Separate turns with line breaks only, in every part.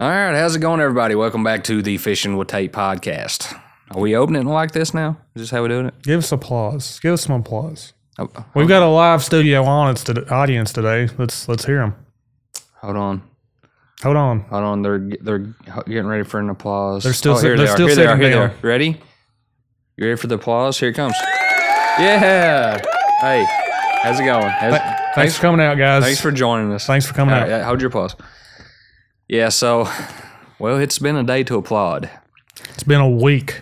All right, how's it going, everybody? Welcome back to the Fishing with Tate podcast. Are we opening like this now? Is this how we're doing it?
Give us applause. Give us some applause.
Oh,
We've got a live studio audience to- audience today. Let's let's hear them.
hold on,
Hold on.
hold on. They're they're getting ready for an applause.
They're still
oh, here
sit- they're
they are.
still
here they are.
sitting
Here they are.
down.
Ready? You ready for the applause? Here it comes. Yeah. Hey, how's it going? How's-
Th- thanks, for coming out, guys.
Thanks for joining us.
Thanks for coming
All
out.
right, hold your applause. Yeah. So, well, it's been a day to applaud.
It's been a week.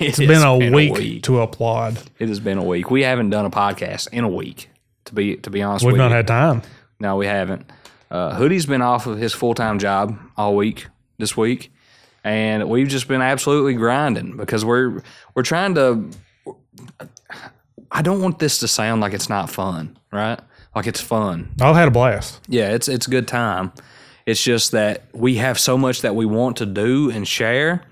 It's
It's been, a, week to applaud.
It has been a week. We haven't done a podcast in a week. To be to be honest
We've
with
not
you,
had time.
no, we haven't. Uh, Hoodie's been off of his full time job all week this week, and we've just been absolutely grinding because we're we're trying to. I don't want this to sound like it's not fun, right? Like it's fun.
I've had a blast.
Yeah, it's it's a good time. It's just that we have so much that we want to do and share.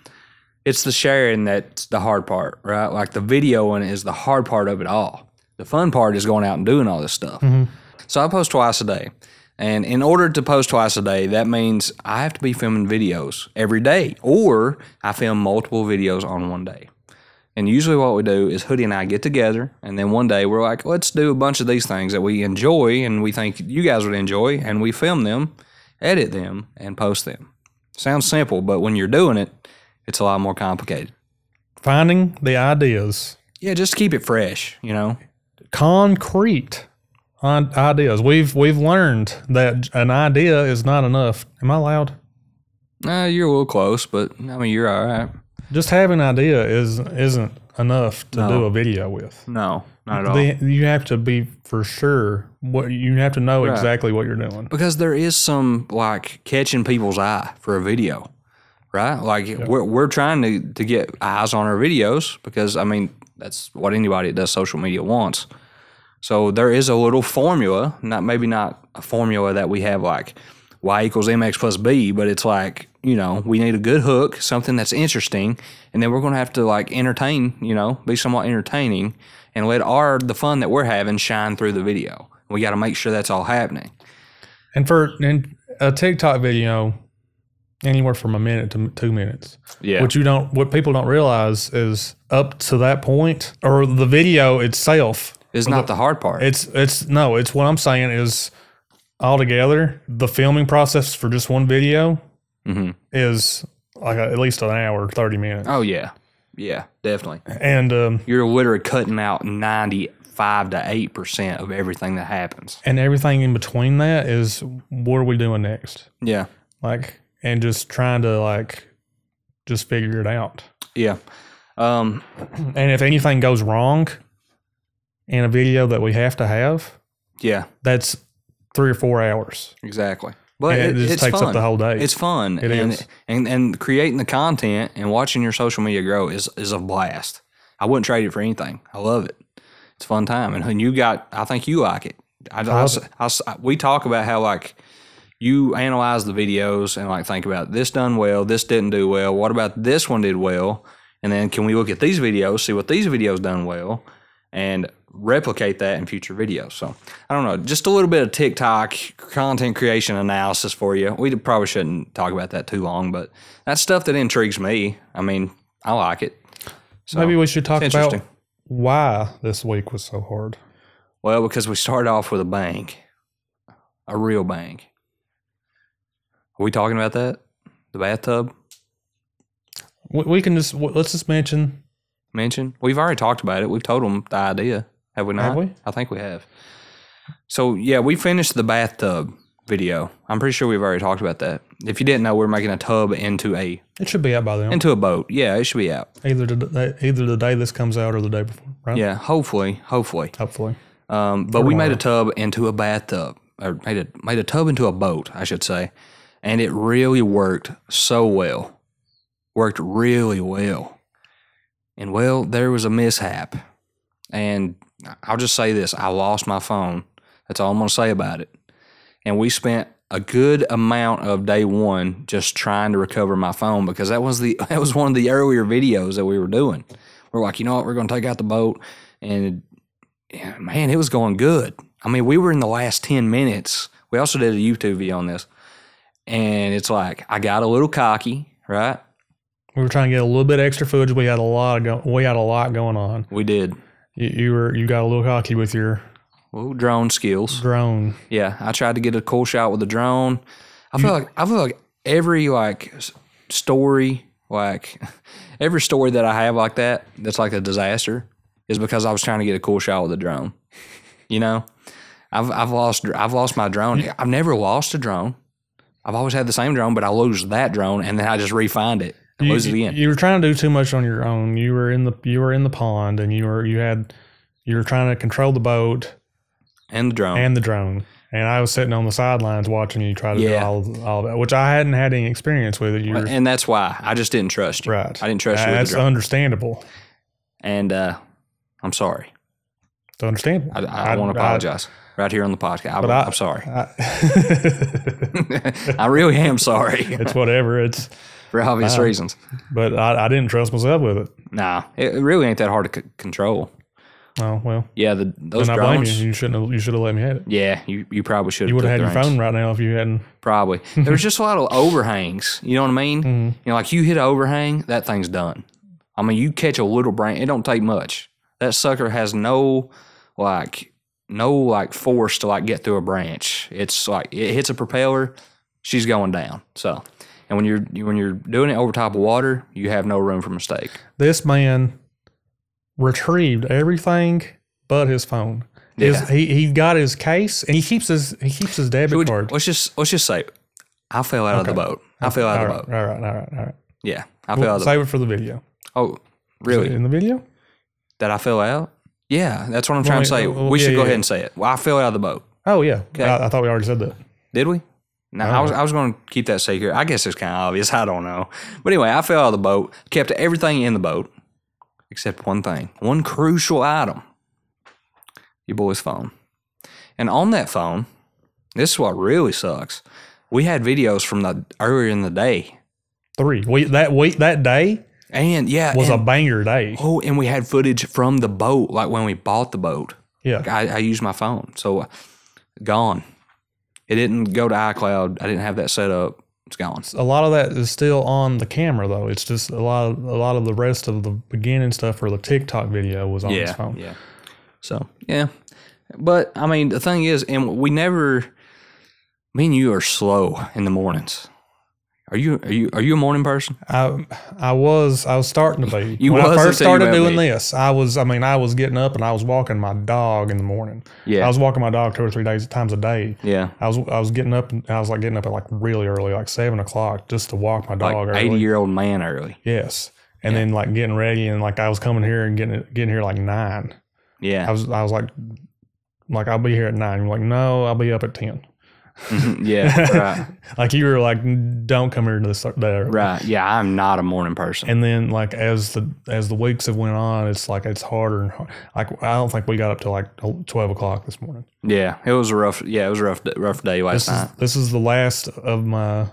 It's the sharing that's the hard part, right? Like the videoing is the hard part of it all. The fun part is going out and doing all this stuff. So I post twice a day. And in order to post twice a day, that means I have to be filming videos every day, or I film multiple videos on one day. And usually, what we do is Hoodie and I get together, and then one day we're like, let's do a bunch of these things that we enjoy and we think you guys would enjoy, and we film them, edit them, and post them. Sounds simple, but when you're doing it, it's a lot more complicated.
Finding the ideas,
Yeah, just keep it fresh, you know?
concrete on ideas. We've we've learned that an idea is not enough. Am I loud?
Uh, you're a little close, but I mean, you're all right.
Just having an idea is isn't enough to
No.
do a video with.
No, not at all.
They, you have to be for sure what you have to know
Right.
exactly what you're doing.
because there is some like catching people's eye for a video right like we're, we're trying to, to get eyes on our videos because i mean that's what anybody that does social media wants so there is a little formula not maybe not a formula that we have like y equals mx plus b but it's like you know we need a good hook something that's interesting and then we're going to have to like entertain you know be somewhat entertaining and let our the fun that we're having shine through the video we got to make sure that's all happening
And for and a TikTok video, anywhere from a minute to two minutes.
yeah
What you don't, what people don't realize is up to that point, or the video itself.
is not the hard part.
It's it's no, it's what I'm saying is altogether the filming process for just one video
Mhm.
is like at least an hour, thirty minutes,
oh yeah, yeah, definitely.
and um,
You're literally cutting out ninety-five to eight percent of everything that happens.
and everything in between that is what are we doing next?
Yeah,
like and just trying to like just figure it out
yeah. Um,
and if anything goes wrong in a video that we have to have
yeah,
that's three or four hours
exactly. But
and it,
it,
just
it's
takes
fun.
up the whole day
It's fun.
It
and,
is.
and and creating the content and watching your social media grow is is a blast. I wouldn't trade it for anything. I love it. It's a fun time. And when you got, I think you like it. I, I
love
s- I s- I- we talk about how like you analyze the videos and like think about this done well, this didn't do well. What about this one did well? And then can we look at these videos, see what these videos done well, and replicate that in future videos. So I don't know, just a little bit of TikTok content creation analysis for you. We probably shouldn't talk about that too long, but that's stuff that intrigues me. I mean, I like it. So
maybe we should talk
it's
about
interesting.
why this week was so hard
Well, because we started off with a bang, a real bang. Are we talking about that? The bathtub
we, we can just w- let's just mention
mention? We've already talked about it. We've told them the idea, have we not?
Have we?
I think we have. So yeah, we finished the bathtub video. I'm pretty sure we've already talked about that. If you didn't know, we're making a tub into a
it should be out by then
into a boat. Yeah, it should be out.
either the, either the day this comes out or the day before right
Yeah, hopefully, hopefully.
hopefully
Um, but we made a tub into a bathtub, or made a made a tub into a boat, I should say, and it really worked so well. Worked really well, and well, there was a mishap, and I'll just say this: I lost my phone. That's all I'm gonna say about it. And we spent a good amount of day one just trying to recover my phone because that was the that was one of the earlier videos that we were doing. We're like, you know what? We're gonna take out the boat, and yeah, man, it was going good. I mean, we were in the last 10 minutes. We also did a YouTube video on this. And it's like I got a little cocky, right?
We were trying to get a little bit extra footage. We had a lot. Go- we had a lot going on.
We did.
You, you were you got a little cocky with your
Well, drone skills.
drone.
Yeah, I tried to get a cool shot with a drone. I
Mm.
feel like I feel like every like s- story, like every story that I have like that, that's like a disaster, is because I was trying to get a cool shot with a drone. You know, I've I've lost I've lost my drone. I've never lost a drone. I've always had the same drone, but I lose that drone and then I just refind it and
You,
lose it again.
you were trying to do too much on your own. You were in the you were in the pond, and you were you had you were trying to control the boat
And the drone.
and the drone. And I was sitting on the sidelines watching you try to
Yeah.
do all all that, which I hadn't had any experience with it. You were,
and that's why I just didn't trust you.
right.
I didn't trust you with
That's
the drone.
understandable.
And uh, I'm sorry.
It's understandable.
I, I, want to apologize right here on the podcast. I,
But I-
am sorry.
I-
I really am sorry
it's whatever. It's
for obvious
Uh,
reasons.
but I, I didn't trust myself with it.
Nah, it it really ain't that hard to c- control.
Oh well.
Yeah, the those
And I blame you.
drones.
You shouldn't. Have, you should have let me have it.
Yeah, you, you probably should.
You would
took
have had
the
your
reins.
phone right now if you hadn't.
Probably. There's just a lot of overhangs. You know what I mean?
Mm-hmm.
You know, like you hit an overhang, that thing's done. I mean, you catch a little brain. It don't take much. That sucker has no, like, no like force to like get through a branch. It's like it hits a propeller, she's going down. So, and when you're when you're doing it over top of water, you have no room for mistake.
This man retrieved everything but his phone. His, he he got his case and he keeps his he keeps his debit
Dude,
card.
Let's just let's just say, I fell out of the boat. I fell out
All
of the
right, all
boat.
right, all right, all right.
Yeah, I fell
Well,
out of the.
save it for the video.
Oh, really?
In the video,
that I fell out? Yeah, that's what I'm trying to
Well,
say.
well,
we
yeah,
should go
yeah.
ahead and say it. Well, I fell out of the boat.
oh yeah, I, I thought we already said that.
Did we? No, I was I was going to keep that secret. I guess it's kind of obvious. I don't know. But anyway, I fell out of the boat. Kept everything in the boat except one thing, one crucial item. Your boy's phone. And on that phone, this is what really sucks. We had videos from the earlier in the day.
Three we that week that day
And yeah,
was
and,
a banger day.
oh, and we had footage from the boat, like when we bought the boat.
Yeah,
I, I use my phone. So uh, gone. It didn't go to iCloud. I didn't have that set up. It's gone.
a lot of that is still on the camera though. It's just a lot of a lot of the rest of the beginning stuff for the TikTok video was on his
Yeah.
phone.
Yeah. So, yeah. But I mean, the thing is, and we never, me and you are slow in the mornings. Are you, are you, are you a morning person?
I I was I was starting to be
You
when
was
I first
until you
started
met
doing
me.
this. I was I mean I was getting up and I was walking my dog in the morning.
Yeah.
I was walking my dog two or three days times a day.
yeah.
I was I was getting up and I was like getting up at like really early, like seven o'clock, just to walk my dog
Like 80
early.
year old man early.
Yes, and then like getting ready and like I was coming here and getting getting here like nine. I
Yeah.
was I was like like I'll be here at 9 You're like no, I'll be up at ten.
yeah. Right.
Like you were like don't come here to this there.
Right. Yeah. I'm not a morning person.
and then like as the as the weeks have went on it's like it's harder and hard. like i don't think we got up to like 12 o'clock this morning
yeah. It was a rough, yeah, it was a rough, rough day last
this is
night.
this is the last of my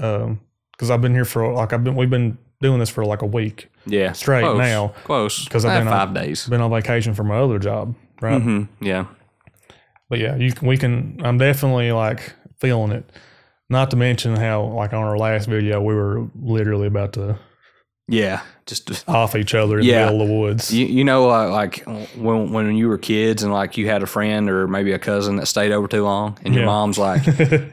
um because i've been here for like i've been we've been doing this for like a week
Yeah.
straight
Close.
now.
Close.
'Cause I've
I had
been on-
five days.
been on vacation for my other job right
hmm Yeah.
but yeah you can we can i'm definitely like feeling it not to mention how like on our last video we were literally about to
Yeah, just
off each other in
Yeah.
the middle of the woods
you, you know, uh, like when when you were kids and like you had a friend or maybe a cousin that stayed over too long, and your
Yeah.
mom's like,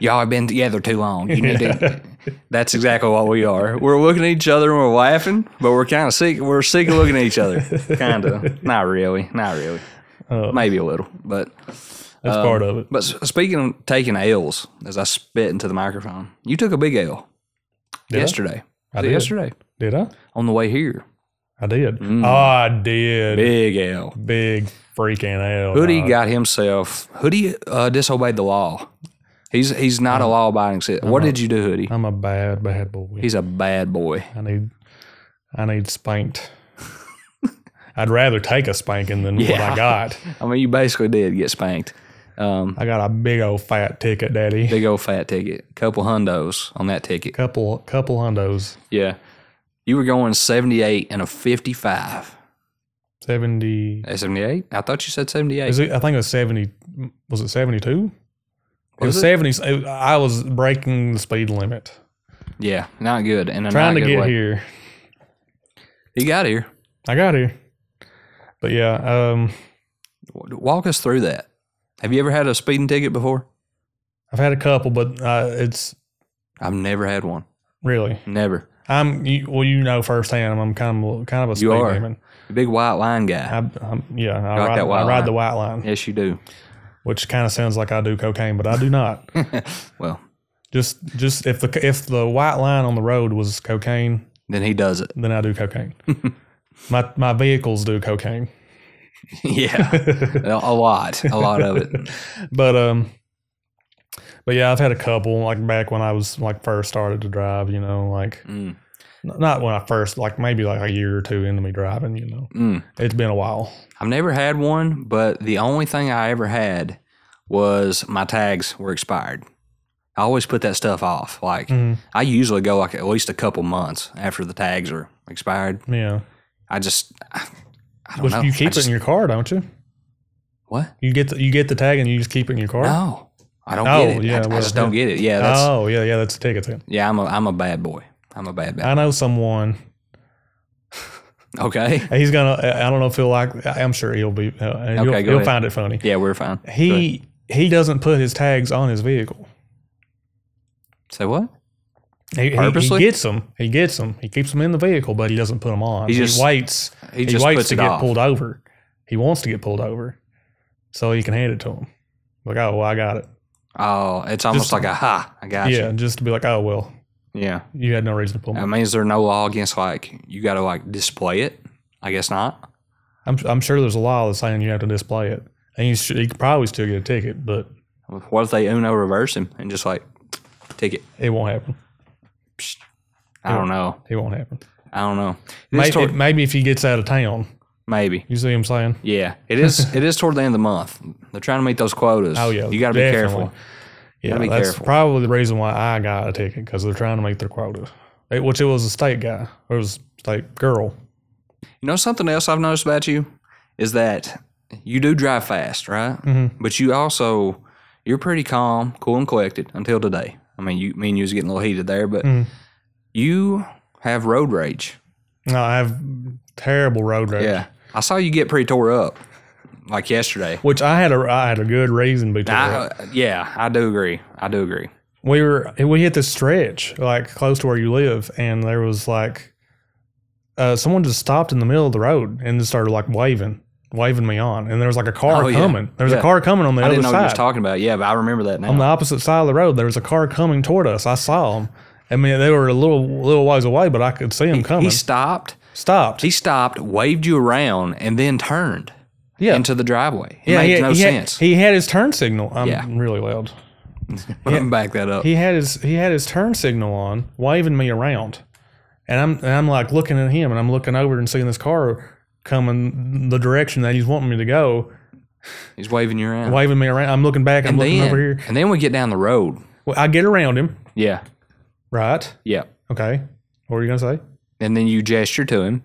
"Y'all have been together too long. You need to." That's exactly what we are. We're looking at each other and we're laughing, but we're kind of sick. We're sick of looking at each other. Kind of. Not really. Not really. maybe a little, but
Uh, that's part of it
but s- speaking of taking L's, as I spit into the microphone, you took a big L yesterday. Was it
did.
Yesterday
did i
on the way here,
I did. Oh, I did. Big,
Mm. big L.
freaking hell.
Hoodie
dog.
got himself. Hoodie uh, disobeyed the law. He's he's not
Uh-huh.
a law abiding citizen. What did you do, Hoodie?
I'm a bad, bad boy.
He's a bad boy.
I need, I need spanked. I'd rather take a spanking than what
Yeah.
I got.
I mean, you basically did get spanked. Um,
I got a big old fat ticket, daddy.
big old fat ticket, couple hundos on that ticket.
Couple, couple hundos.
Yeah, you were going seventy eight and a fifty five.
Seventy.
Seventy eight? I thought you said seventy eight.
Is it? I think it was seventy. Was it seventy-two? It was
Was it?
seventy. it- I was breaking the speed limit,
Yeah, not good. And I'm
trying
not
to
good
get
way.
here.
He got here.
I got here, but yeah, um,
W- Walk us through that. Have you ever had a speeding ticket before?
I've had a couple, but uh, it's
I've never had one.
really
Never.
I'm you, well, you know firsthand. I'm kind of kind of a speed
You are.
demon.
The big white line guy.
I, I'm, yeah, I
like
ride,
that white
I ride the
line.
white line,
yes, you do.
which kind of sounds like I do cocaine, but I do not.
Well,
just just if the if the white line on the road was cocaine,
then he does it.
then I do cocaine. my my vehicles do cocaine.
yeah, a a lot, a lot of it.
but um but yeah i've had a couple like back when i was like first started to drive you know like
Mm,
n- not when i first like maybe like a year or two into me driving you know
mm.
it's been a while
I've never had one, but the only thing I ever had was my tags were expired. I always put that stuff off. Like
Mhm.
I usually go like at least a couple months after the tags are expired.
yeah
I just I, I don't
Which
know.
you
I
keep it
just-
in your car don't you
what?
you get the, you get the tag and you just keep it in your car
No, I don't
Oh,
get it.
yeah,
I, I
well,
just don't get it. Yeah, that's
oh yeah yeah that's a ticket then
yeah. I'm a I'm a bad boy. I'm a bad boy.
i know someone
Okay.
he's gonna i I don't know if he'll like i'm sure he'll be uh,
Okay,
and you'll,
go
you'll
ahead.
find it funny
Yeah, we're fine. Go ahead.
he he doesn't put his tags on his vehicle
say what?
He, he, he
Purposely?
gets them. He gets them. He keeps them in the vehicle, but he doesn't put them on.
He
He,
just-
waits.
He
He,
just
waits
puts
to
it
get
off.
pulled over. He wants to get pulled over, so he can hand it to him. Like, oh, well, I got it.
Oh, it's almost
Just-
like a ha. I got
yeah,
you.
just to be like, oh well,
Yeah.
you had no reason to pull me.
I mean, is there no law against like you got to like display it? I guess not.
I'm I'm sure there's a law that's saying you have to display it, and you should, you could probably still get a ticket, but
What if they Uno reverse him and just like take it?
it won't happen.
I don't know.
It won't happen.
I don't know. It is
Maybe,
toward-
maybe if he gets out of town,
maybe.
you see what I'm saying?
Yeah, it is. it is toward the end of the month. They're trying to meet those quotas.
Oh yeah,
you got to be
definitely.
careful.
Yeah,
Gotta be
that's
careful.
probably the reason why I got a ticket because they're trying to make their quota, It- which it was a state guy or it was state girl.
You know something else I've noticed about you is that you do drive fast, right? Mm-hmm. But you also you're pretty calm, cool, and collected until today. I mean, you me and you was getting a little heated there, but
Mm.
you have road rage.
No, I have terrible road rage.
Yeah, I saw you get pretty tore up like yesterday.
Which I had a I had a good reason between.
I, uh, yeah, I do agree. I do agree.
we were we hit this stretch like close to where you live, and there was like uh, someone just stopped in the middle of the road and just started like waving, waving me on, and there was like a car
Oh, yeah.
coming. There was
Yeah.
a car coming on the
I
other
didn't know what you was
side.
talking about. Yeah, but I remember that
on the
now.
opposite side of the road, there was a car coming toward us. I saw them. I mean, they were a little little ways away, but I could see them coming.
He stopped.
stopped.
He stopped, waved you around, and then turned
Yeah.
into the driveway. It
yeah,
made
he,
no
he
sense.
Had, he had his turn signal. I'm
Yeah.
really loud.
Let me back that up.
He had his he had his turn signal on, waving me around, and I'm and I'm like looking at him, and I'm looking over and seeing this car coming the direction that he's wanting me to go,
He's waving you around.
waving me around. I'm looking back. I'm
and
looking
then,
over here.
and then we get down the road.
Well, I get around him.
Yeah,
Right.
yeah.
Okay. What were you gonna say?
And then you gesture to him.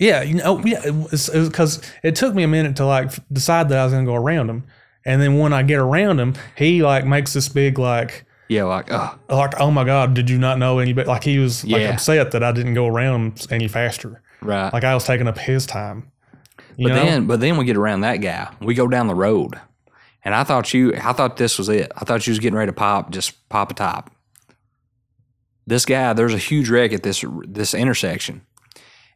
Yeah, you know, yeah, because it, took me a minute to like f- decide that I was gonna go around him, and then when I get around him, he like makes this big like
Yeah, like oh,
like oh my god, did you not know any better? Like he was like
Yeah.
upset that I didn't go around him any faster.
right.
Like I was taking up his time. You
but
know?
then, but then we get around that guy. We go down the road, and I thought you, I thought this was it. I thought you was getting ready to pop, just pop a top. This guy, there's a huge wreck at this this intersection,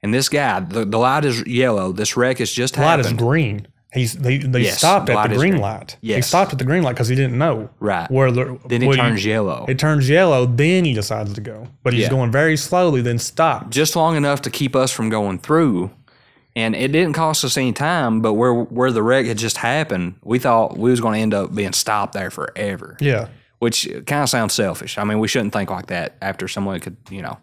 and this guy, the, the light is yellow. This wreck is just
the light is
happened.
green. He's they, they
Yes,
stopped
the
at
light
the
is
green,
green.
light. He
Yes.
stopped at the green light because he didn't know
Right.
where the,
Then it
where you-
turns yellow,
it turns yellow. Then he decides to go, but he's
Yeah.
going very slowly. Then stops.
just long enough to keep us from going through. And it didn't cost us any time, but where where the wreck had just happened, we thought we was going to end up being stopped there forever.
Yeah.
which kind of sounds selfish. I mean, we shouldn't think like that after someone could, you know,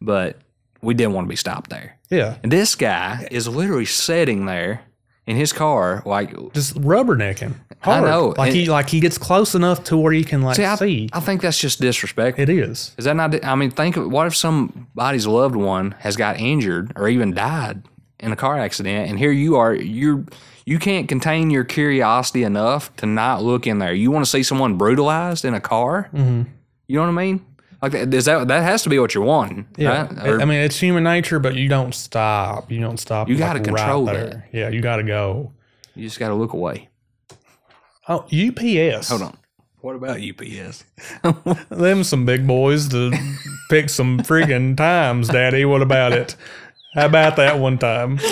but we didn't want to be stopped there.
Yeah.
And this guy is literally sitting there in his car, like,
just rubbernecking.
I
Hard.
know,
Like
and-
he like he gets close enough to where you can like
see, I,
see.
I think that's just disrespectful.
it is.
Is that not? di- I mean, think of what if somebody's loved one has got injured or even died in a car accident, and here you are, you're You can't contain your curiosity enough to not look in there. You want to see someone brutalized in a car?
Mhm.
You know what I mean? Like that, is that that has to be what you're wanting,
Yeah,
right?
I-
Or-
I mean it's human nature, but you don't stop. You don't stop.
You
like,
gotta control
Yeah, you got to go.
you just got to look away.
Oh, UPS.
Hold on. What about UPS?
Them some big boys to pick some freaking times, Daddy. What about it? How about that one time?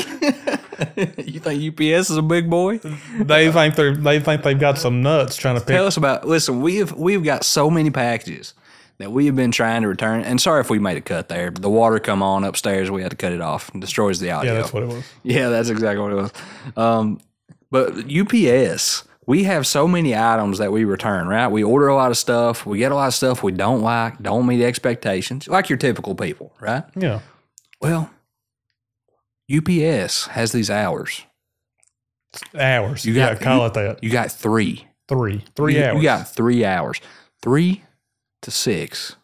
you think UPS is a big boy?
They think they are they think they've got some nuts trying to pick.
Tell us about. Listen, we've we've got so many packages that we have been trying to return. And sorry if we made a cut there. The water come on upstairs. We had to cut it off. and destroys the audio.
Yeah, that's what it was.
Yeah, that's exactly what it was. Um, but UPS, we have so many items that we return, right? We order a lot of stuff. We get a lot of stuff we don't like, don't meet expectations, like your typical people, right?
Yeah.
Well, UPS has these hours.
Hours.
You
You
got-
got yeah, call it that.
You got three.
Three. Three
you,
hours.
You got three hours. Three to six.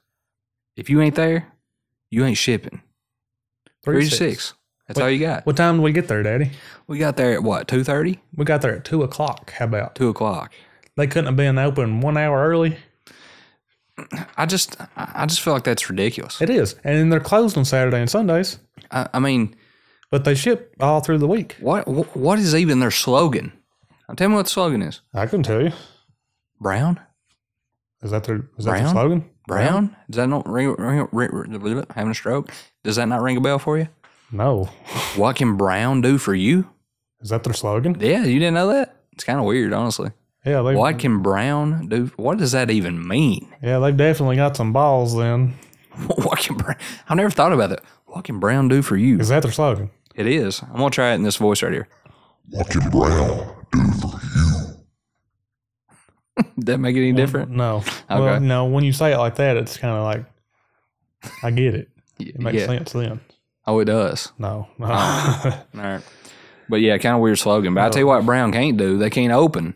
If you ain't there, you ain't shipping. Three, to six. That's all you got.
What time do we get there, Daddy?
We got there at what, 2.30?
We got there at two o'clock. How about?
2 o'clock.
They couldn't have been open one hour early.
I just, I I just feel like that's ridiculous.
It is, and then they're closed on Saturday and Sundays,
I, I mean,
but they ship all through the week.
what, wh- what is even their slogan? Now, Tell me what the slogan is.
I couldn't tell you.
Brown?
Is that their is that
Brown?
their slogan?
Brown? Does that not ring, ring, ring, ring, having a stroke? Does that not ring a bell for you?
No.
What can Brown do for you?
Is that their slogan?
Yeah, you didn't know that? It's kind of weird, honestly.
Yeah, they
What can Brown do? What does that even mean?
yeah they've definitely got some balls. Then
What can Brown? I've never thought about that. What can Brown do for you?
is that their slogan?
It is. I'm gonna try it in this voice right here. What can Brown do for you? that make it any different?
No. Well,
Okay.
no. When you say it like that, it's kind of like I get it. It makes
yeah. Ah.
sense then.
Oh, it does.
No.
All right. But yeah, kind of weird slogan. But I tell you what, Brown can't do. They can't open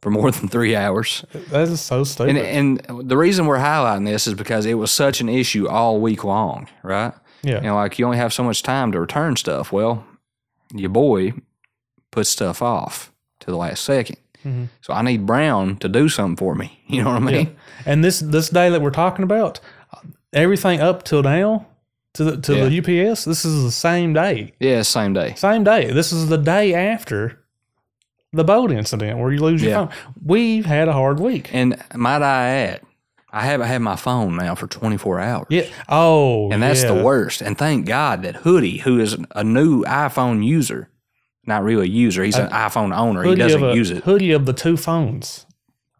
for more than three hours.
that is so stupid.
And and the reason we're highlighting this is because it was such an issue all week long, right?
yeah.
You know, like you only have so much time to return stuff. Well, your boy puts stuff off to the last 2nd
Mhm.
So I need Brown to do something for me. You know what I mean?
And this this day that we're talking about, everything up till now to the to the UPS, this is the same day.
Yeah, it's same day.
Same day. This is the day after the boat incident where you lose your
Yeah.
phone. We've had a hard week.
And might I add, I haven't had my phone now for 24 hours.
Yeah. Oh.
And that's the
yeah.
worst. And thank God that Hoodie, who is a new iPhone user, not really a user, he's an iPhone owner. He
Hoodie
doesn't
of a-
use it.
Hoodie of the two phones.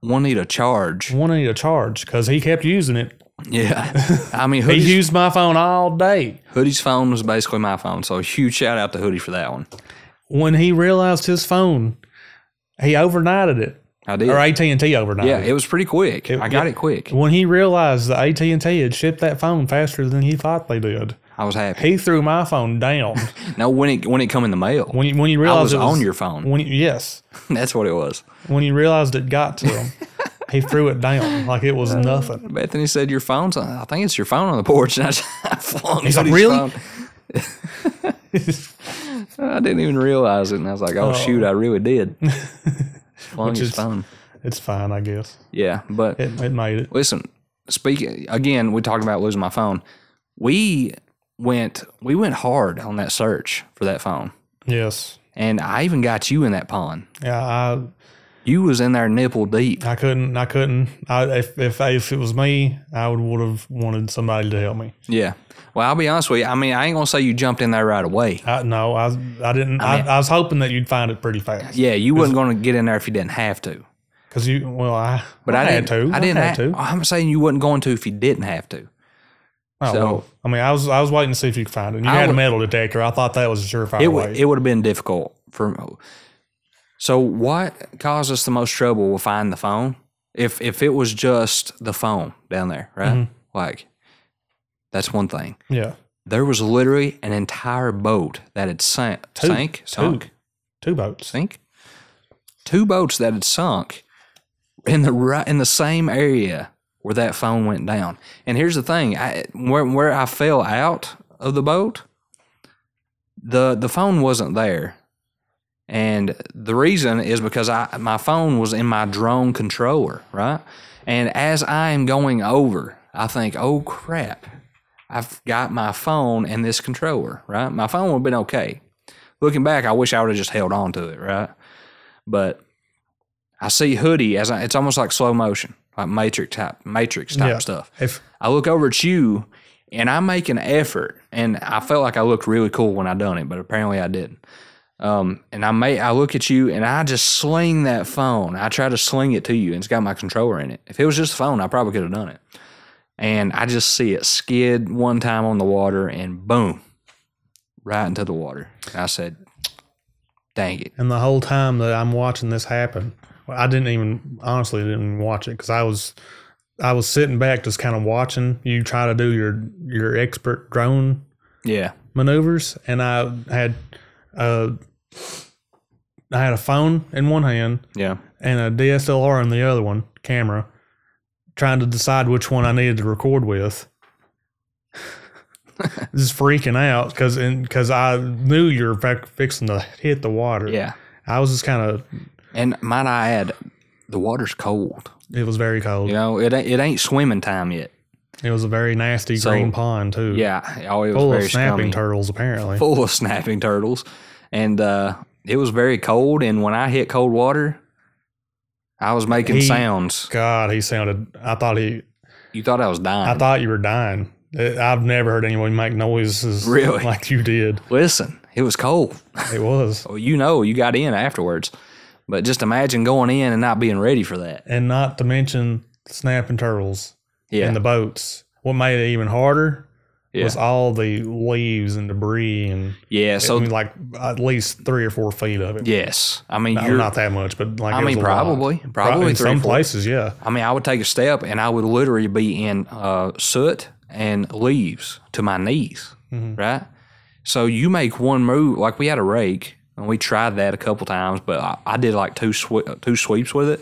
One need a charge.
One need a charge because he kept using it.
Yeah. I mean,
He
Hoodie's,
used my phone all day.
Hoodie's phone was basically my phone. So huge shout out to Hoodie for that one.
When he realized his phone, he overnighted it,
I did.
or AT and T overnighted.
Yeah,
it.
it was pretty quick. I got
yeah.
it quick.
When he realized that AT and T had shipped that phone faster than he thought they did,
I was happy.
he threw my phone down.
No, when it when it come in the mail,
when you, when you
I
realized
was,
it was,
on your phone.
when you, yes,
That's what it was.
when you realized it got to him, he threw it down like it
Oh.
was nothing.
Bethany said your phone's. On, I think it's your phone on the porch, and I, just, I flung.
He's like,
Hoodie's
"Really?"
phone. I didn't even realize it, and I was like, "Oh, shoot, I really did." flung his
is-
phone.
It's fine, I guess.
Yeah, but
It, it made it.
listen. Speaking again, we talked about losing my phone. We went we went hard on that search for that phone,
Yes.
and I even got you in that pond.
Yeah, I
You was in there nipple deep.
I couldn't I couldn't I if if if it was me I would would have wanted somebody to help me.
Yeah. Well, I'll be honest with you. I mean, I ain't gonna say you jumped in there right away.
I no I I didn't I, I, was hoping that you'd find it pretty fast
Yeah, you wasn't gonna get in there if you didn't have to.
because you well I
But I,
had
didn't.
to
I didn't
had
ha- Oh,
to
I'm saying you wasn't going to if you didn't have to.
Oh,
So-
well, I mean, I was I was waiting to see if you could find it. You
I
had
would-
a metal detector. I thought that was a surefire
It
way.
would. It would have been difficult for. So what caused us the most trouble with finding the phone? If if it was just the phone down there, right?
Mm-hmm.
Like, that's one thing.
yeah,
There was literally an entire boat that had sank, sank, sunk,
two boats.
sink. Two boats that had sunk in the right in the same area where that phone went down. And here's the thing: I, where where I fell out of the boat, the the phone wasn't there, And the reason is because I my phone was in my drone controller, right? And as I am going over, I think, oh crap, I've got my phone and this controller, right? My phone would have been okay. Looking back, I wish I would have just held on to it, right? But I see hoodie as I, it's almost like slow motion, like matrix type matrix type
Yeah.
stuff.
If
I look over at you and I make an effort and I felt like I looked really cool when I done it, but apparently I didn't. Um, and I may I look at you and I just sling that phone. I try to sling it to you and it's got my controller in it. If it was just a phone, I probably could have done it. And I just see it skid one time on the water and boom, right into the water. I said, dang it.
and the whole time that I'm watching this happen, well, I didn't even honestly didn't watch it because I was I was sitting back just kind of watching you try to do your your expert drone
Yeah.
maneuvers, and I had uh I had a phone in one hand
Yeah.
and a DSLR in the other one camera, trying to decide which one I needed to record with. Just freaking out because because I knew you were fi- fixing to hit the water.
Yeah.
I was just kind of.
And might I add, the water's cold.
It was very cold.
You know, it ain't, it ain't swimming time yet.
It was a very nasty
So-
green pond too.
Yeah, oh, it was
full
very
of snapping
scummy.
turtles apparently.
full of snapping turtles, and uh, it was very cold. And when I hit cold water, I was making
He-
sounds.
God, he sounded. I thought he.
You thought I was
I
dying.
thought you were dying. It- I've never heard anyone make noises
Really?
like you did.
Listen, it was cold.
It was
Well, you know, you got in afterwards, but just imagine going in and not being ready for that.
and not to mention snapping turtles.
Yeah,
and the boats. What made it even harder
yeah,
was all the leaves and debris and
yeah.
so
So
like at least three or four feet of it.
yes, I mean
No,
you're.
not that much, but like
I
it was
mean,
a lot.
probably, probably,
Pro- in
three or
some
four.
places, yeah.
I mean, I would take a step and I would literally be in uh, soot and leaves to my knees, right? So you make one move, like we had a rake and we tried that a couple times, but I, I did like two swe- two sweeps with it,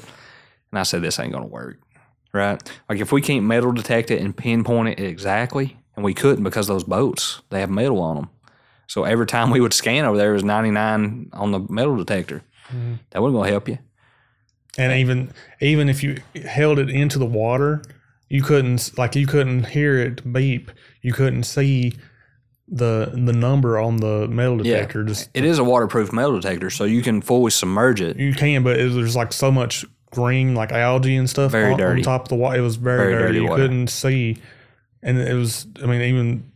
and I said this ain't gonna work, right? Like if we can't metal detect it and pinpoint it exactly, and we couldn't because those boats they have metal on them. So every time we would scan over there it was 99 on the metal detector. That wasn't gonna help you.
And even even if you held it into the water, you couldn't like you couldn't hear it beep. You couldn't see the the number on the metal detector. Just
It is a waterproof metal detector, so you can fully submerge it.
you can, but it, there's like so much green, like algae and stuff
Very
on,
dirty.
on top of the water. It was
Very
very, dirty.
dirty
You
water.
couldn't see, and it was. I mean, even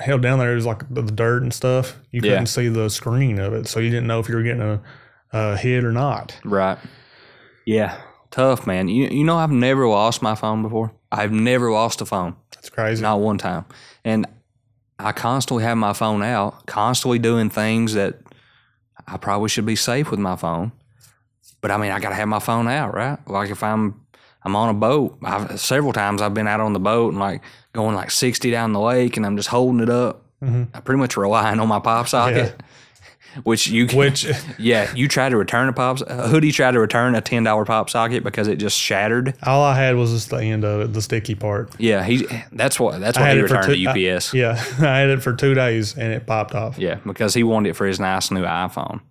held down there, it was like the, the dirt and stuff. You
Yeah.
couldn't see the screen of it, so you didn't know if you were getting a, a hit or not.
Right. Yeah. Tough, man. You, you know, I've never lost my phone before. I've never lost a phone,
That's crazy.
not one time. And I constantly have my phone out, constantly doing things that I probably should be safe with my phone. But I mean, I got to have my phone out, right? Like if I'm. I'm on a boat. I've, several times I've been out on the boat and like going like 60 down the lake, and I'm just holding it up.
Mm-hmm.
I pretty much relying on my pop socket, which you can,
Which
yeah, you tried to return a pop. A hoodie tried to return a ten dollar pop socket because it just shattered.
all I had was just the end of it, the sticky part.
Yeah, he. That's what. That's why
had
he
it for
returned
two- uh, I-
to UPS. yeah.
Yeah, I had it for two days and it popped off.
because he wanted it for his nice new iPhone.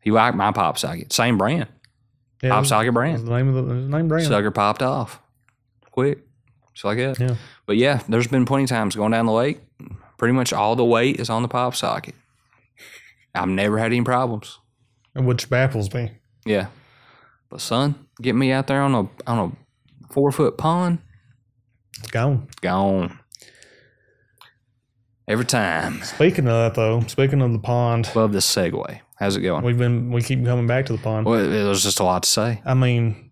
He liked my pop socket, same brand,
Yeah,
pop
it
socket
was
brand.
the name of the, it was the name brand.
Sucker popped off, quick, just like that.
Yeah.
But yeah, there's been plenty of times going down the lake. Pretty much all the weight is on the pop socket. I've never had any problems.
which baffles me.
Yeah. But son, get me out there on a on a four foot pond.
It's gone.
gone. Every time.
Speaking of that, though, speaking of the pond,
Love this segue. How's it going?
we've been we keep coming back to the pond.
Well, there's just a lot to say.
I mean,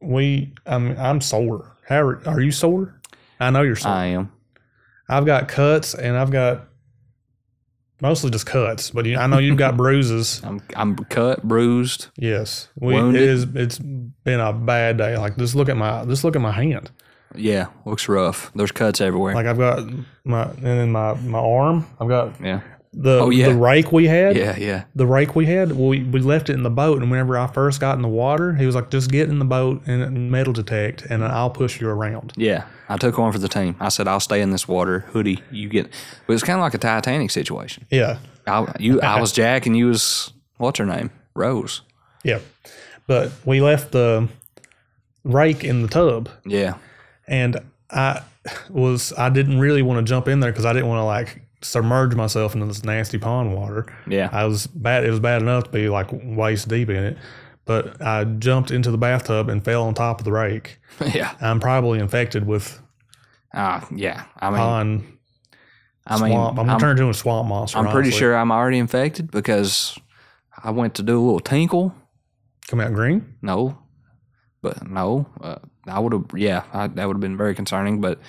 we. I mean, I'm sore. How are, are you sore? I know you're sore.
I am.
I've got cuts, and I've got mostly just cuts, but you, I know you've got bruises.
I'm I'm cut, bruised.
Yes, we, it
Wounded.
is. It's been a bad day. Like just look at my just look at my hand.
Yeah, looks rough. There's cuts everywhere.
Like I've got my and then my my arm. I've got
yeah.
the
Oh, yeah.
the rake we had.
Yeah, yeah.
the rake we had, we, we left it in the boat. And whenever I first got in the water, he was like, just get in the boat and metal detect, and I'll push you around.
Yeah. I took one for the team. I said I'll stay in this water. Hoodie, you get but it's kinda like a Titanic situation.
Yeah.
I you I was Jack and you was what's her name? Rose.
Yeah. But we left the rake in the tub
Yeah.
and I was I didn't really want to jump in there because I didn't want to like submerge myself into this nasty pond water.
Yeah.
I was bad. It was bad enough to be like waist deep in it, but I jumped into the bathtub and fell on top of the rake.
yeah.
I'm probably infected with
Uh, yeah. I mean,
pond
I mean,
swamp. I'm gonna
I'm,
turn into a swamp monster.
I'm pretty
honestly.
sure I'm already infected because I went to do a little tinkle.
Come out green.
No, but no, uh, I would have. Yeah, I, that would have been very concerning. But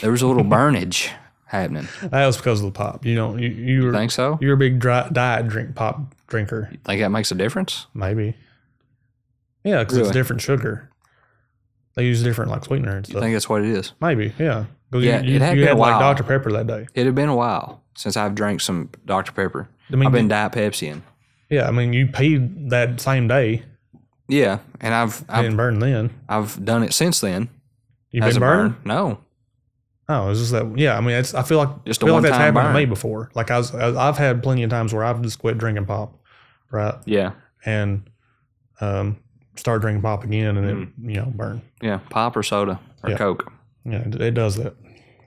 there was a little burnage happening.
That was because of the pop. You don't. You, you were.
Think so?
You're a big dry, diet drink pop drinker.
Think that makes a difference?
Maybe. Yeah, because
Really?
it's different sugar. They use different like sweetener and
You
stuff.
think that's what it is?
Maybe, yeah. 'Cause
Yeah,
you, you,
it had
you
been
had
a
like
while.
Dr. Pepper that day.
It had been a while since I've drank some Dr Pepper.
I mean,
I've been Diet Pepsi in.
yeah. I mean, you peed that same day.
Yeah, and I've
I
I've,
didn't burn then.
I've done it since then.
You
Has
been
it
burned?
No.
Oh, it's just that. Yeah, I mean, it's. I feel like
Just
I
a
feel like that's
one-time
happened to
burn.
me before. Like I was, I- I've had plenty of times where I've just quit drinking pop, right,
Yeah.
and um, start drinking pop again, and
Hmm.
it you know burn.
Yeah. Pop or soda or
Yeah.
Coke.
Yeah, it, it does that.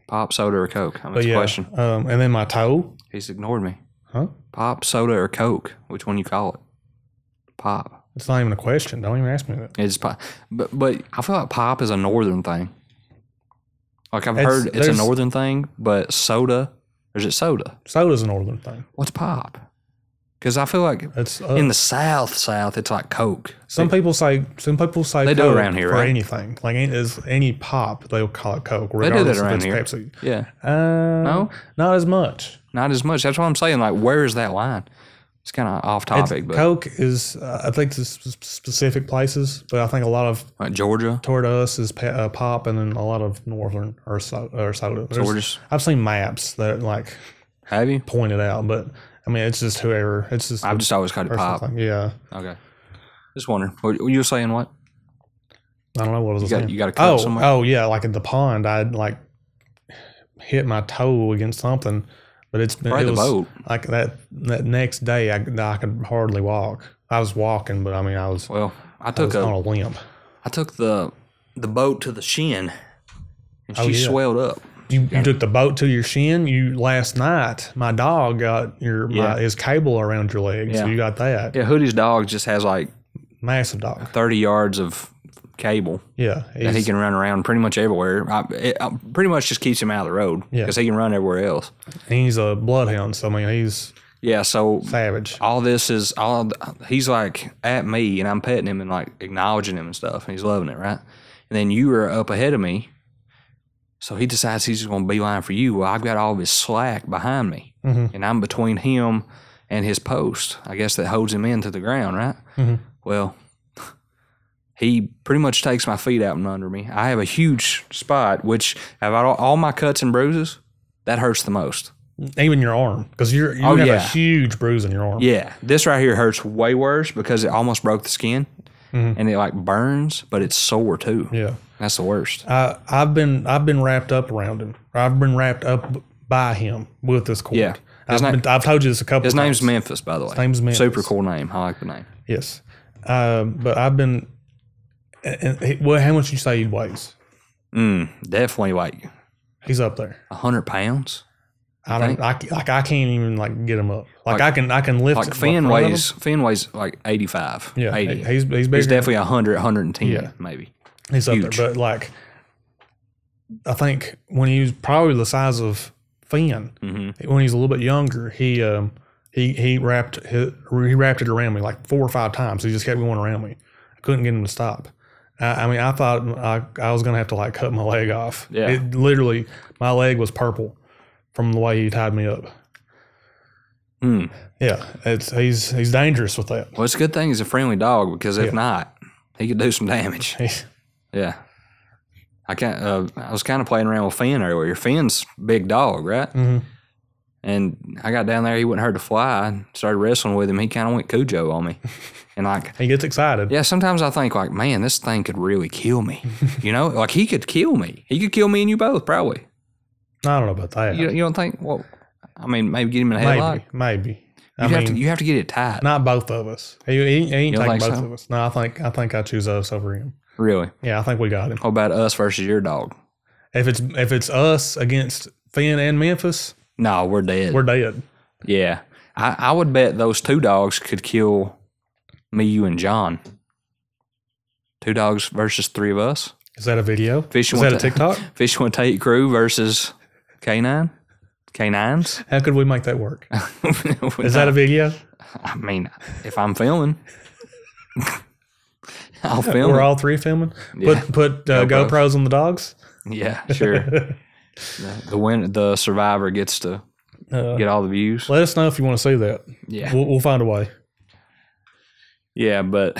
Pop, soda, or Coke. I mean,
But
it's a
yeah,
question.
um, and then my toe,
He's ignored me.
huh?
Pop, soda, or Coke. Which one you call it? Pop.
It's not even a question. Don't even ask me that.
It's pop. But, but I feel like pop is a northern thing. Like I've
It's-
heard it's a
there's-
northern thing, but soda, or is it soda?
Soda's an northern thing.
What's pop? Because I feel like
It's uh,
in the South, South, it's like Coke.
Some people say some people say
They do
Coke
around here,
for
right?
anything. Like any, is any pop, they'll call it Coke.
that
Regardless
around
if
here.
it's Pepsi.
Yeah.
Uh,
No?
not as much.
Not as much. That's what I'm saying. Like, where is that line? It's kind of off
It's-
topic, but
Coke is, uh, I think, to sp- specific places, but I think a lot of
like Georgia.
toward us is pe- uh, pop, and then a lot of northern or so, or soda.
So
There's-
we're just
I've seen maps that like
have you?
point it out, but I mean, it's just whoever. It's just
I've just always called it
personal
pop.
thing. Yeah,
Okay. Just wondering. What, you were saying what?
I don't know what I was
You got-
saying.
you got a cut
oh,
somewhere?
Oh yeah, like at the pond, I like hit my toe against something, but it's been
Probably
it
the
was,
boat.
like that that next day I, I could hardly walk. I was walking, but I mean I was,
Well, I
I was
took a I
on a limp.
took the the boat to the shin, and she
Oh, yeah.
swelled up.
You, you took the boat to your shin. You last night my dog got your
Yeah.
my, his cable around your leg, so
Yeah.
you got that
Yeah, Hoodie's dog just has like
massive dog.
thirty yards of cable
Yeah,
that he
he's-
can run around pretty much everywhere. I, it I, pretty much just keeps him out of the road
Yeah.
because he can run everywhere else.
he's a bloodhound. So I mean he's
Yeah, so
savage.
all this is all he's like at me and I'm petting him and like acknowledging him and stuff and he's loving it, right? And then you were up ahead of me. So he decides he's just gonna beeline for you. Well, I've got all of his slack behind me.
Mhm.
And I'm between him and his post, I guess that holds him into the ground, right?
Mhm.
Well, he pretty much takes my feet out from under me. I have a huge spot, which have all, all my cuts and bruises, that hurts the most.
Even your arm, because you're you
Oh,
have a
yeah.
huge bruise in your arm.
Yeah, this right here hurts way worse because it almost broke the skin,
Mhm.
and it like burns, but it's sore too.
yeah.
That's the worst.
I, I've been I've been wrapped up around him. I've been wrapped up by him with this cord.
Yeah.
I've,
His name-
been, I've told you this a couple.
His name's
times.
Memphis, by the way.
name's Memphis.
Super cool name. I like the name.
Yes, um, but I've been. And he, well, how much you say he weighs?
Mm, definitely like
He's up there.
hundred pounds.
I don't. I, ca- like I can't even like get him up. Like, I can I can lift.
Like
it
Finn
from him.
weighs Finn weighs like eighty five.
Yeah,
80.
he- he's he's bigger.
he's definitely 100, 110
Yeah.
maybe.
he's up
huge.
there, but like, I think when he was probably the size of Finn,
hmm
when he's a little bit younger, he um, he he wrapped his, he wrapped it around me like four or five times. He just kept going around me. I couldn't get him to stop. I, I mean, I thought I, I was gonna have to like cut my leg off.
Yeah.
It literally, my leg was purple from the way he tied me up.
Hmm.
Yeah, it's he's he's dangerous with that.
Well, it's a good thing he's a friendly dog because if
Yeah.
not, he could do some damage. Yeah. I can uh, I was kind of playing around with Finn earlier. Finn's big dog, right?
Mhm.
And I got down there, he wouldn't hurt to fly. and Started wrestling with him. He kind of went Cujo on me, and like,
he gets excited.
yeah. Sometimes I think like, man, this thing could really kill me. You know, like he could kill me. He could kill me and you both probably.
I don't know about that.
You, you don't think? Well, I mean, maybe get him in a
maybe,
headlock.
maybe.
You
I
have
mean,
to you have to get it tight.
not both of us. He, he, he ain't
You don't
taking
think
both
so?
of us. No, I think I think I choose us over him.
Really?
Yeah, I think we got him.
How about us versus your dog?
If it's if it's us against Finn and Memphis,
No, we're dead.
we're dead.
yeah. I, I would bet those two dogs could kill me, you, and John. Two dogs versus three of us.
Is that a video?
Fish
Is
went
that a
to-
TikTok?
Fish one take crew versus canine. Canines.
How could we make that work? Is that a video?
I mean, if I'm filming, I'll film.
We're
it.
all three filming.
Yeah.
Put put uh,
GoPros.
GoPros. on the dogs.
yeah, sure. the, the win, the survivor gets to
Uh,
get all the views.
Let us know if you want to see that.
Yeah,
We'll, we'll find a way.
yeah, but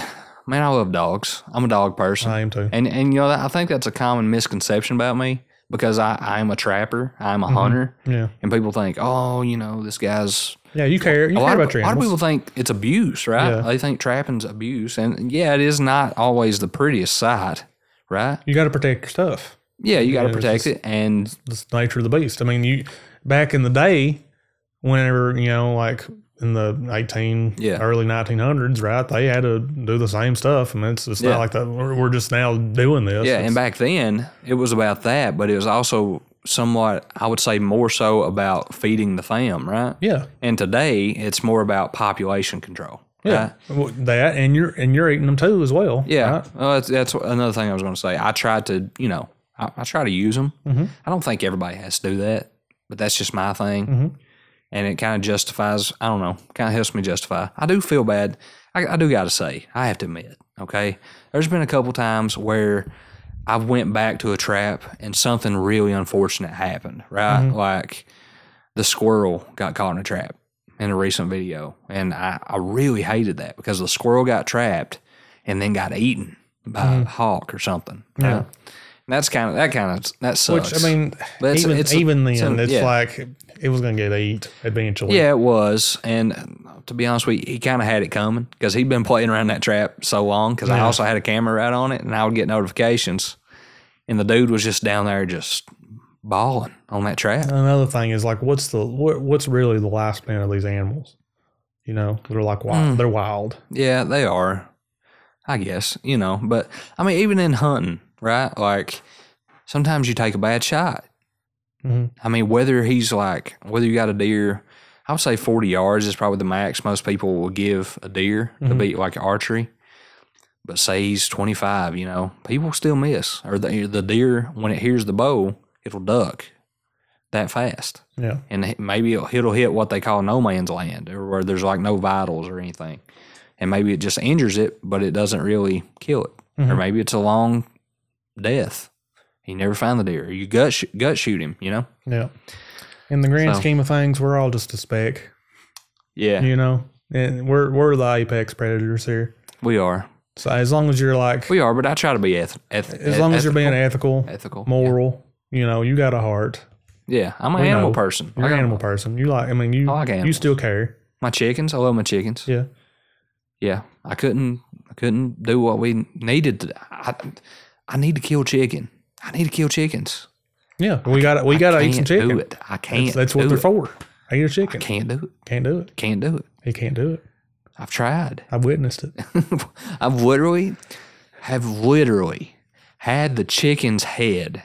man, I love dogs. I'm a dog person,
I am too.
and and you know I think that's a common misconception about me because I I'm a trapper, I'm
Mm-hmm.
a hunter,
Yeah.
and people think, oh, you know, this guy's
Yeah. You care. You
a
care
lot,
about
of,
your
a lot of
animals.
people think it's abuse, right?
Yeah.
They think trapping's abuse, and yeah, it is not always the prettiest sight, right?
you got to protect your stuff.
Yeah, you got to
Yeah, it's
protect
just-
it, and
That's the nature of the beast. I mean, you back in the day, whenever you know, like in the eighteen,
Yeah.
early nineteen hundreds, right? They had to do the same stuff. I mean, it's, it's
Yeah.
not like that. We're, we're just now doing this.
Yeah,
It's-
and back then it was about that, but it was also somewhat, I would say, more so about feeding the fam, right?
yeah,
And today it's more about population control.
yeah.
right?
Well, That and you're and you're eating them too as well.
Yeah.
right?
Well, that's, that's another thing I was going to say. I tried to, you know, I, I try to use them.
Mm-hmm.
I don't think everybody has to do that, but that's just my thing.
Mm-hmm.
And it kind of justifies, I don't know, kind of helps me justify. I do feel bad. I, I do got to say, I have to admit, okay? There's been a couple times where I went back to a trap and something really unfortunate happened, right?
Mm-hmm.
Like the squirrel got caught in a trap in a recent video. And I, I really hated that because the squirrel got trapped and then got eaten by a hawk or something. right?
Mm. Yeah.
And that's kind of that kind of that sucks.
Which I mean,
But it's-
even
it's-
even then,
it's a-
it's,
yeah.
like it was going to get eat eventually.
yeah, it was. And uh, to be honest with you, he kind of had it coming because he'd been playing around that trap so long. Because I also had a camera right on it, and I would get notifications. And the dude was just down there, just balling on that trap.
Another thing is like, what's the what, what's really the lifespan of these animals? You know, they're like wild.
Mm.
They're wild.
Yeah, they are. I guess, you know, but I mean, even in hunting, right? Like, sometimes you take a bad shot.
Mhm.
I mean, whether he's like, whether you got a deer, I would say 40 yards is probably the max most people will give a deer to
Mhm.
beat like archery. But say he's 25, you know, people still miss. Or the, the deer, when it hears the bow, it'll duck that fast.
Yeah.
And it- maybe it'll, it'll hit what they call no man's land or where there's like no vitals or anything. And maybe it just injures it, but it doesn't really kill it. Or
Mhm.
maybe it's a long death. You never find the deer. You gut, sh- gut shoot him, you know?
Yeah. In the grand
So-
scheme of things, we're all just a speck,
Yeah.
you know, and we're we're the apex predators here.
We are.
So as long as you're like,
We are, but I try to be eth- eth-
as long as you're being ethical,
ethical.
moral, you know, you got a heart.
Yeah, I'm an
We
animal
know.
person.
You're
I
an
got
animal person. You like, I mean, you
I like
you
animals.
still care.
My chickens, I love my chickens. Yeah.
Yeah.
I couldn't I couldn't do what we needed to I I need to kill chicken. I need to kill chickens.
Yeah. We got to we
I
got to eat some
can't do
chicken.
it. I can't.
That's, that's what
do
they're
it.
for. Eat a
I
chicken.
can't do it.
Can't do it.
Can't do it.
He can't do it.
I've tried.
I've witnessed it.
I've literally have literally had the chicken's head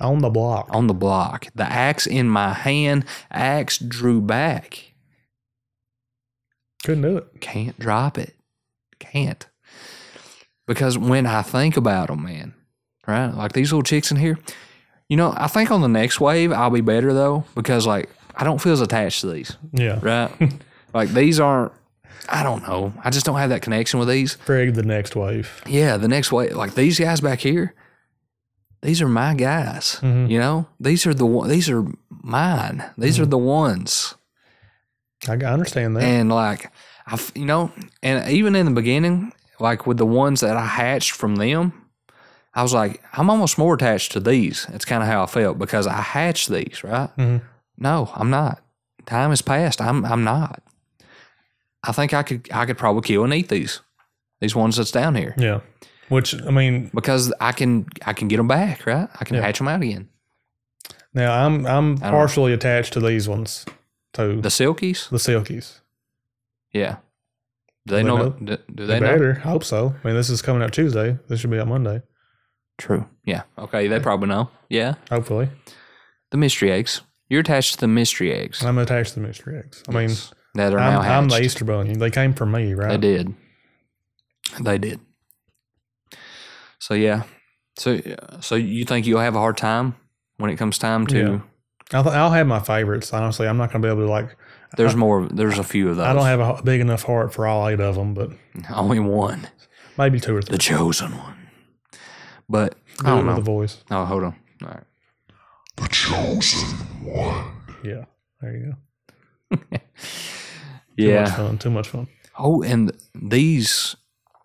On the block.
on the block. The axe in my hand, axe drew back.
Couldn't do it.
can't drop it. Can't. Because when I think about them, man, right? Like these little chicks in here, you know, I think on the next wave, I'll be better though, because like I don't feel as attached to these,
Yeah.
right? like these aren't, I don't know. I just don't have that connection with these.
Frig the next wave.
Yeah, the next wave, like these guys back here, these are my guys,
Mhm.
you know? These are the one, these are mine. These are the ones.
I I understand that.
And like, I, f- you know, and even in the beginning, like with the ones that I hatched from them, I was like, I'm almost more attached to these. It's kind of how I felt because I hatched these, right?
Mhm.
No, I'm not. Time has passed. I'm, I'm not. I think I could, I could probably kill and eat these, these ones that's down here
Yeah. Which I mean,
because I can, I can get them back, right? I can
Yeah.
hatch them out again.
now I'm I'm
don't-
partially attached to these ones too.
The
The,
silkies,
silkies.
Yeah. Do they,
They
know?
know.
Do, do they know?
better. I hope so. I mean, this is coming out Tuesday. This should be out Monday,
True. Yeah. Okay. They probably know. Yeah.
hopefully.
The mystery eggs. You're attached to the mystery eggs
I'm attached to the mystery eggs. I mean,
that are now
I'm, I'm
hatched.
the Easter bunny. They came from me, right?
They did. They did. So yeah. So so you think you'll have a hard time when it comes time to?
Yeah. I'll, I'll have my favorites. Honestly, I'm not going to be able to like.
There's more. There's a few of those.
I don't have a h- big enough heart for all eight of them, but
only one,
maybe two or three.
the chosen one. But
Do
I
it
don't
with the
know.
voice.
Oh, hold on. All right.
Yeah, there you go. Too much
Yeah.
fun. Too much fun.
Oh, and these,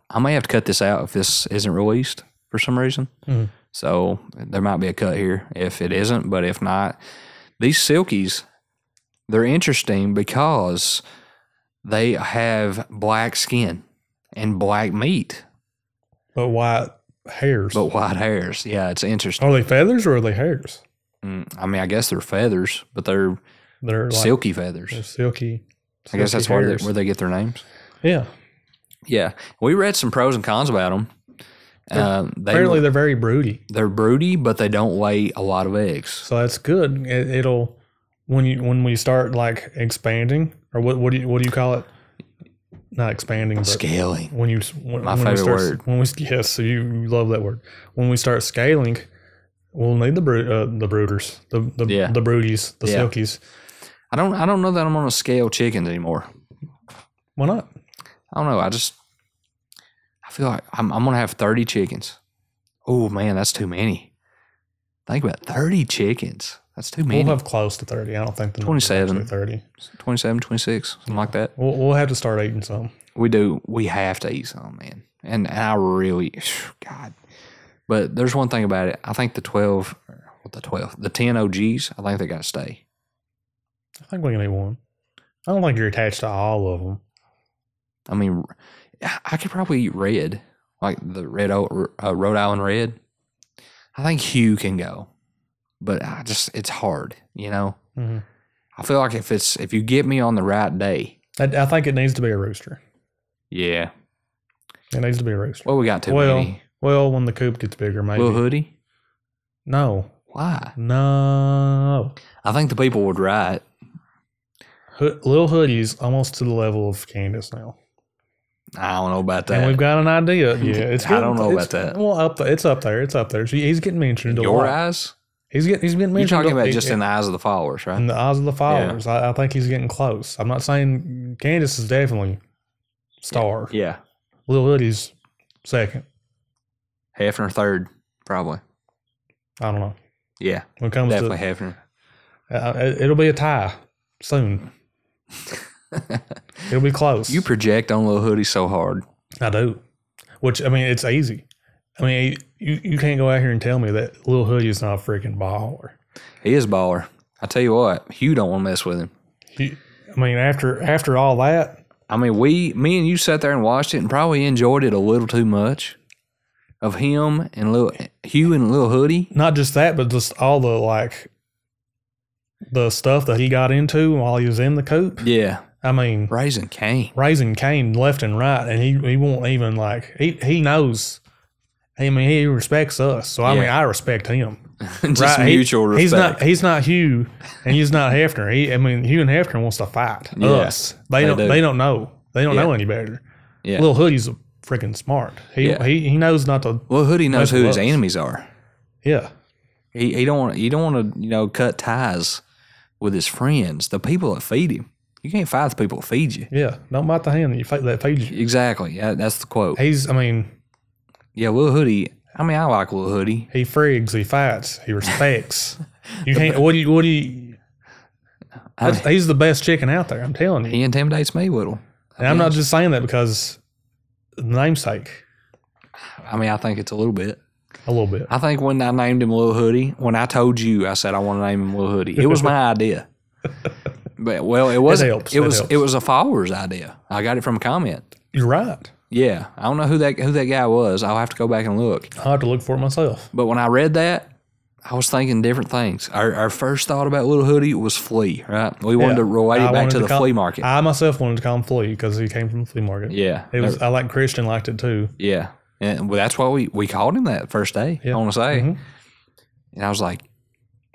I may have to cut this out if this isn't released for some reason.
Mhm.
So there might be a cut here if it isn't, but if not, these silkies, they're interesting because they have black skin and black meat,
But white hairs.
but white hairs. Yeah, it's interesting.
Are they feathers or are they hairs?
Mm, I mean, I guess they're feathers, but they're
They're like,
silky feathers.
They're silky.
I guess
silky
that's where
hairs.
they, where they get their names.
yeah.
Yeah, we read some pros and cons about them. Uh, they,
Apparently, they're very broody,
they're broody, but they don't lay a lot of eggs.
so that's good. It, it'll when you when we start like expanding or what what do you what do you call it? Not expanding, but
Scaling.
when you s- when,
My
when
favorite
we start,
word.
When we yes, so you you love that word. When we start scaling, we'll need the brood, uh, the brooders, the the
Yeah.
the broodies, the
Yeah.
silkies.
I don't. I don't know that I'm gonna scale chickens anymore.
Why not?
I don't know. I just. I feel like I'm. I'm gonna have 30 chickens. Oh man, that's too many. Think about it, 30 chickens. That's too many.
We'll have close to thirty. I don't think the number is
27.
actually thirty.
27, 26, something like that.
We'll, we'll have to start eating some.
We do. We have to eat some, man. And, and I really, God. But there's one thing about it. I think the 12, what the 12, the 10 OGs, I think they got to stay.
I think we can eat one. I don't think you're attached to all of them.
I mean, I could probably eat red, like the red O- uh, Rhode Island red. I think Hugh can go, but I just it's hard, you know.
Mm-hmm.
I feel like if it's if you get me on the right day,
I, I think it needs to be a rooster.
yeah.
It needs to be a rooster.
Well, we got too
Well,
many.
well, when the coop gets bigger, maybe.
Little hoodie.
no,
Why?
no.
I think the people would write.
Ho- little hoodie's almost to the level of Candace now,
I don't know about
and we've
that.
got an idea. Yeah, it's.
I don't know
it's-
about that.
Well, up the, it's up there. It's up there. So he's getting mentioned. a
Your
lot.
eyes?
He's getting. He's getting
You're
mentioned.
talking
a-
about just
in,
in the eyes of the followers, right?
the eyes of the followers. I, I think he's getting close. I'm not saying Candace is definitely star.
Yeah,
Little hoodie's second.
Hefner third, probably.
I don't know.
Yeah,
When it comes
definitely Hefner.
to, uh, it- it'll be a tie soon. it'll be close.
You project on little hoodie so hard.
I do. Which I mean, it's easy. I mean, you, you can't go out here and tell me that Lil Hoodie is not a freaking baller.
He is baller. I tell you what, Hugh don't want to mess with him.
He, I mean, after after all that,
I mean, we, me and you sat there and watched it and probably enjoyed it a little too much of him and little Hugh and little hoodie.
not just that, but just all the like the stuff that he got into while he was in the coop.
Yeah,
I mean,
raising Cain.
raising Cain left and right, and he he won't even like he he knows. I mean, he respects us, so I mean,
Yeah.
I respect him.
Just
Right, he-
mutual respect.
He's not. He's not Hugh, and he's not Hefner. He, I mean, Hugh and Hefner wants to fight
Yeah,
us. They,
they
don't.
do.
They don't know. They don't
Yeah.
know any better.
Yeah.
Little Hoodie's freaking smart. He,
Yeah.
he he knows not to.
Little hoodie knows
That's
who his
close.
enemies are.
Yeah,
He, he don't want he don't want to you know cut ties with his friends, the people that feed him. You can't fight the people that feed you.
yeah. Don't bite the hand that you fe- that feeds you.
Exactly. Yeah, that's the quote.
He's. I mean,
Yeah, little hoodie. I mean, I like little hoodie.
he frigs. He fights. He respects. you can't. What do you? What do you?
I mean,
that's- he's the best chicken out there. I'm telling you.
he intimidates me little.
And I'm not just saying that because the namesake.
I mean, I think it's a little bit.
A little bit.
I think when I named him Lil Hoodie, when I told you, I said I want to name him Lil Hoodie. It was my idea. But well, it wasn't. It,
helps. It
was.
helps.
It was a follower's idea. I got it from a comment.
You're right.
Yeah, I don't know who that who that guy was. I'll have to go back and look.
I will have to look for it myself.
But when I read that, I was thinking different things. Our, our first thought about Little Hoodie was Flea, right? We wanted
Yeah.
to relate
I
it back
wanted
to the
call-
flea market.
I myself wanted to call him Flea because he came from the flea market.
yeah.
It was. I like Christian liked it too.
Yeah. And well, that's why we, we called him that first day,
Yeah.
I want to say.
Mhm.
And I was like,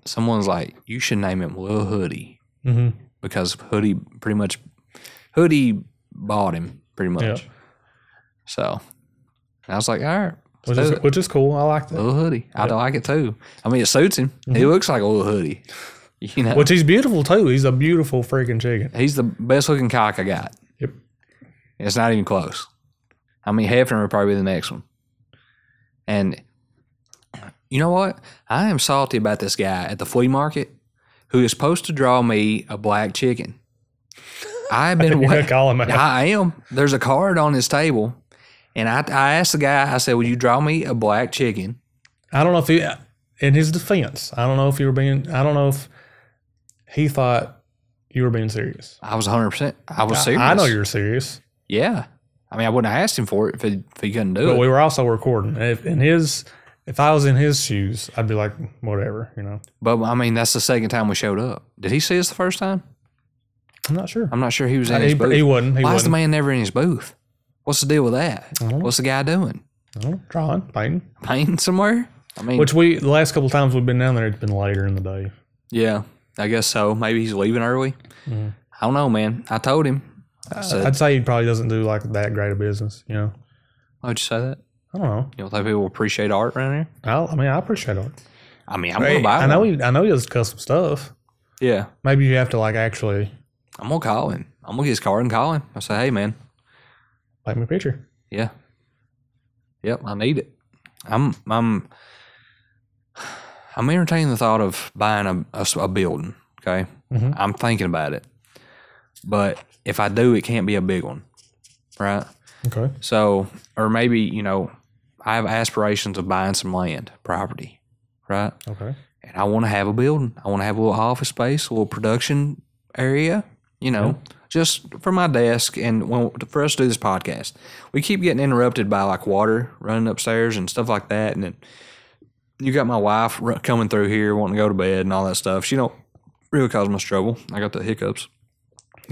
someone's like, you should name him Little Hoodie
hmm
because Hoodie pretty much, Hoodie bought him pretty much.
Yeah.
So and I was like, all right, let's
Which
do
is,
it.
which is cool. I like that.
Little Hoodie. I like it too. I mean, it suits him. He looks like a little hoodie. You know,
Which he's beautiful too. He's a beautiful freaking chicken.
he's the best looking cock I got.
Yep.
It's not even close. I mean, Hefner would probably be the next one. And you know what? I am salty about this guy at the flea market who is supposed to draw me a black chicken. I've been
You
waiting.
gotta call him out.
I am. There's a card on his table. And I, I asked the guy, I said, Will you draw me a black chicken?
I don't know if he, in his defense, I don't know if you were being, I don't know if he thought you were being serious.
I was 100%. I was serious.
I, I know you're serious,
Yeah. I mean, I wouldn't have asked him for it if he, if he couldn't do
but
it.
we were also recording. If in his, if I was in his shoes, I'd be like, whatever, you know.
But I mean, that's the second time we showed up. Did he see us the first time?
I'm not sure.
I'm not sure he was in
he,
his booth.
he wouldn't. He
Why is the
wouldn't.
man never in his booth? What's the deal with that?
don't know.
What's the guy doing?
Oh, drawing, painting.
Painting somewhere? I mean,
Which we the last couple times we've been down there, it's been later in the day.
yeah, I guess so. Maybe he's leaving early. I don't know, man. I told him. I said,
Uh, I'd say he probably doesn't do like that great a business. You know,
why would you say that?
I don't know.
You don't think people appreciate art around here?
I, I mean, I appreciate it.
I mean, I'm
Hey,
gonna buy
I know.
one.
He, I know he does custom stuff.
Yeah,
Maybe you have to like actually
I'm gonna call him. I'm gonna get his card and call him. I say, hey, man.
like my picture.
Yeah. Yep, I need it. I'm I'm I'm entertaining the thought of buying a, a s- a building. Okay,
Mhm.
I'm thinking about it, but if I do, it can't be a big one, right?
Okay.
So, or maybe you know, I have aspirations of buying some land, property, right?
Okay.
And I want to have a building. I want to have a little office space, a little production area. You know, just for my desk and when, for us to do this podcast. We keep getting interrupted by like water running upstairs and stuff like that, and then you got my wife ru- coming through here wanting to go to bed and all that stuff. She don't really cause much trouble. I got the hiccups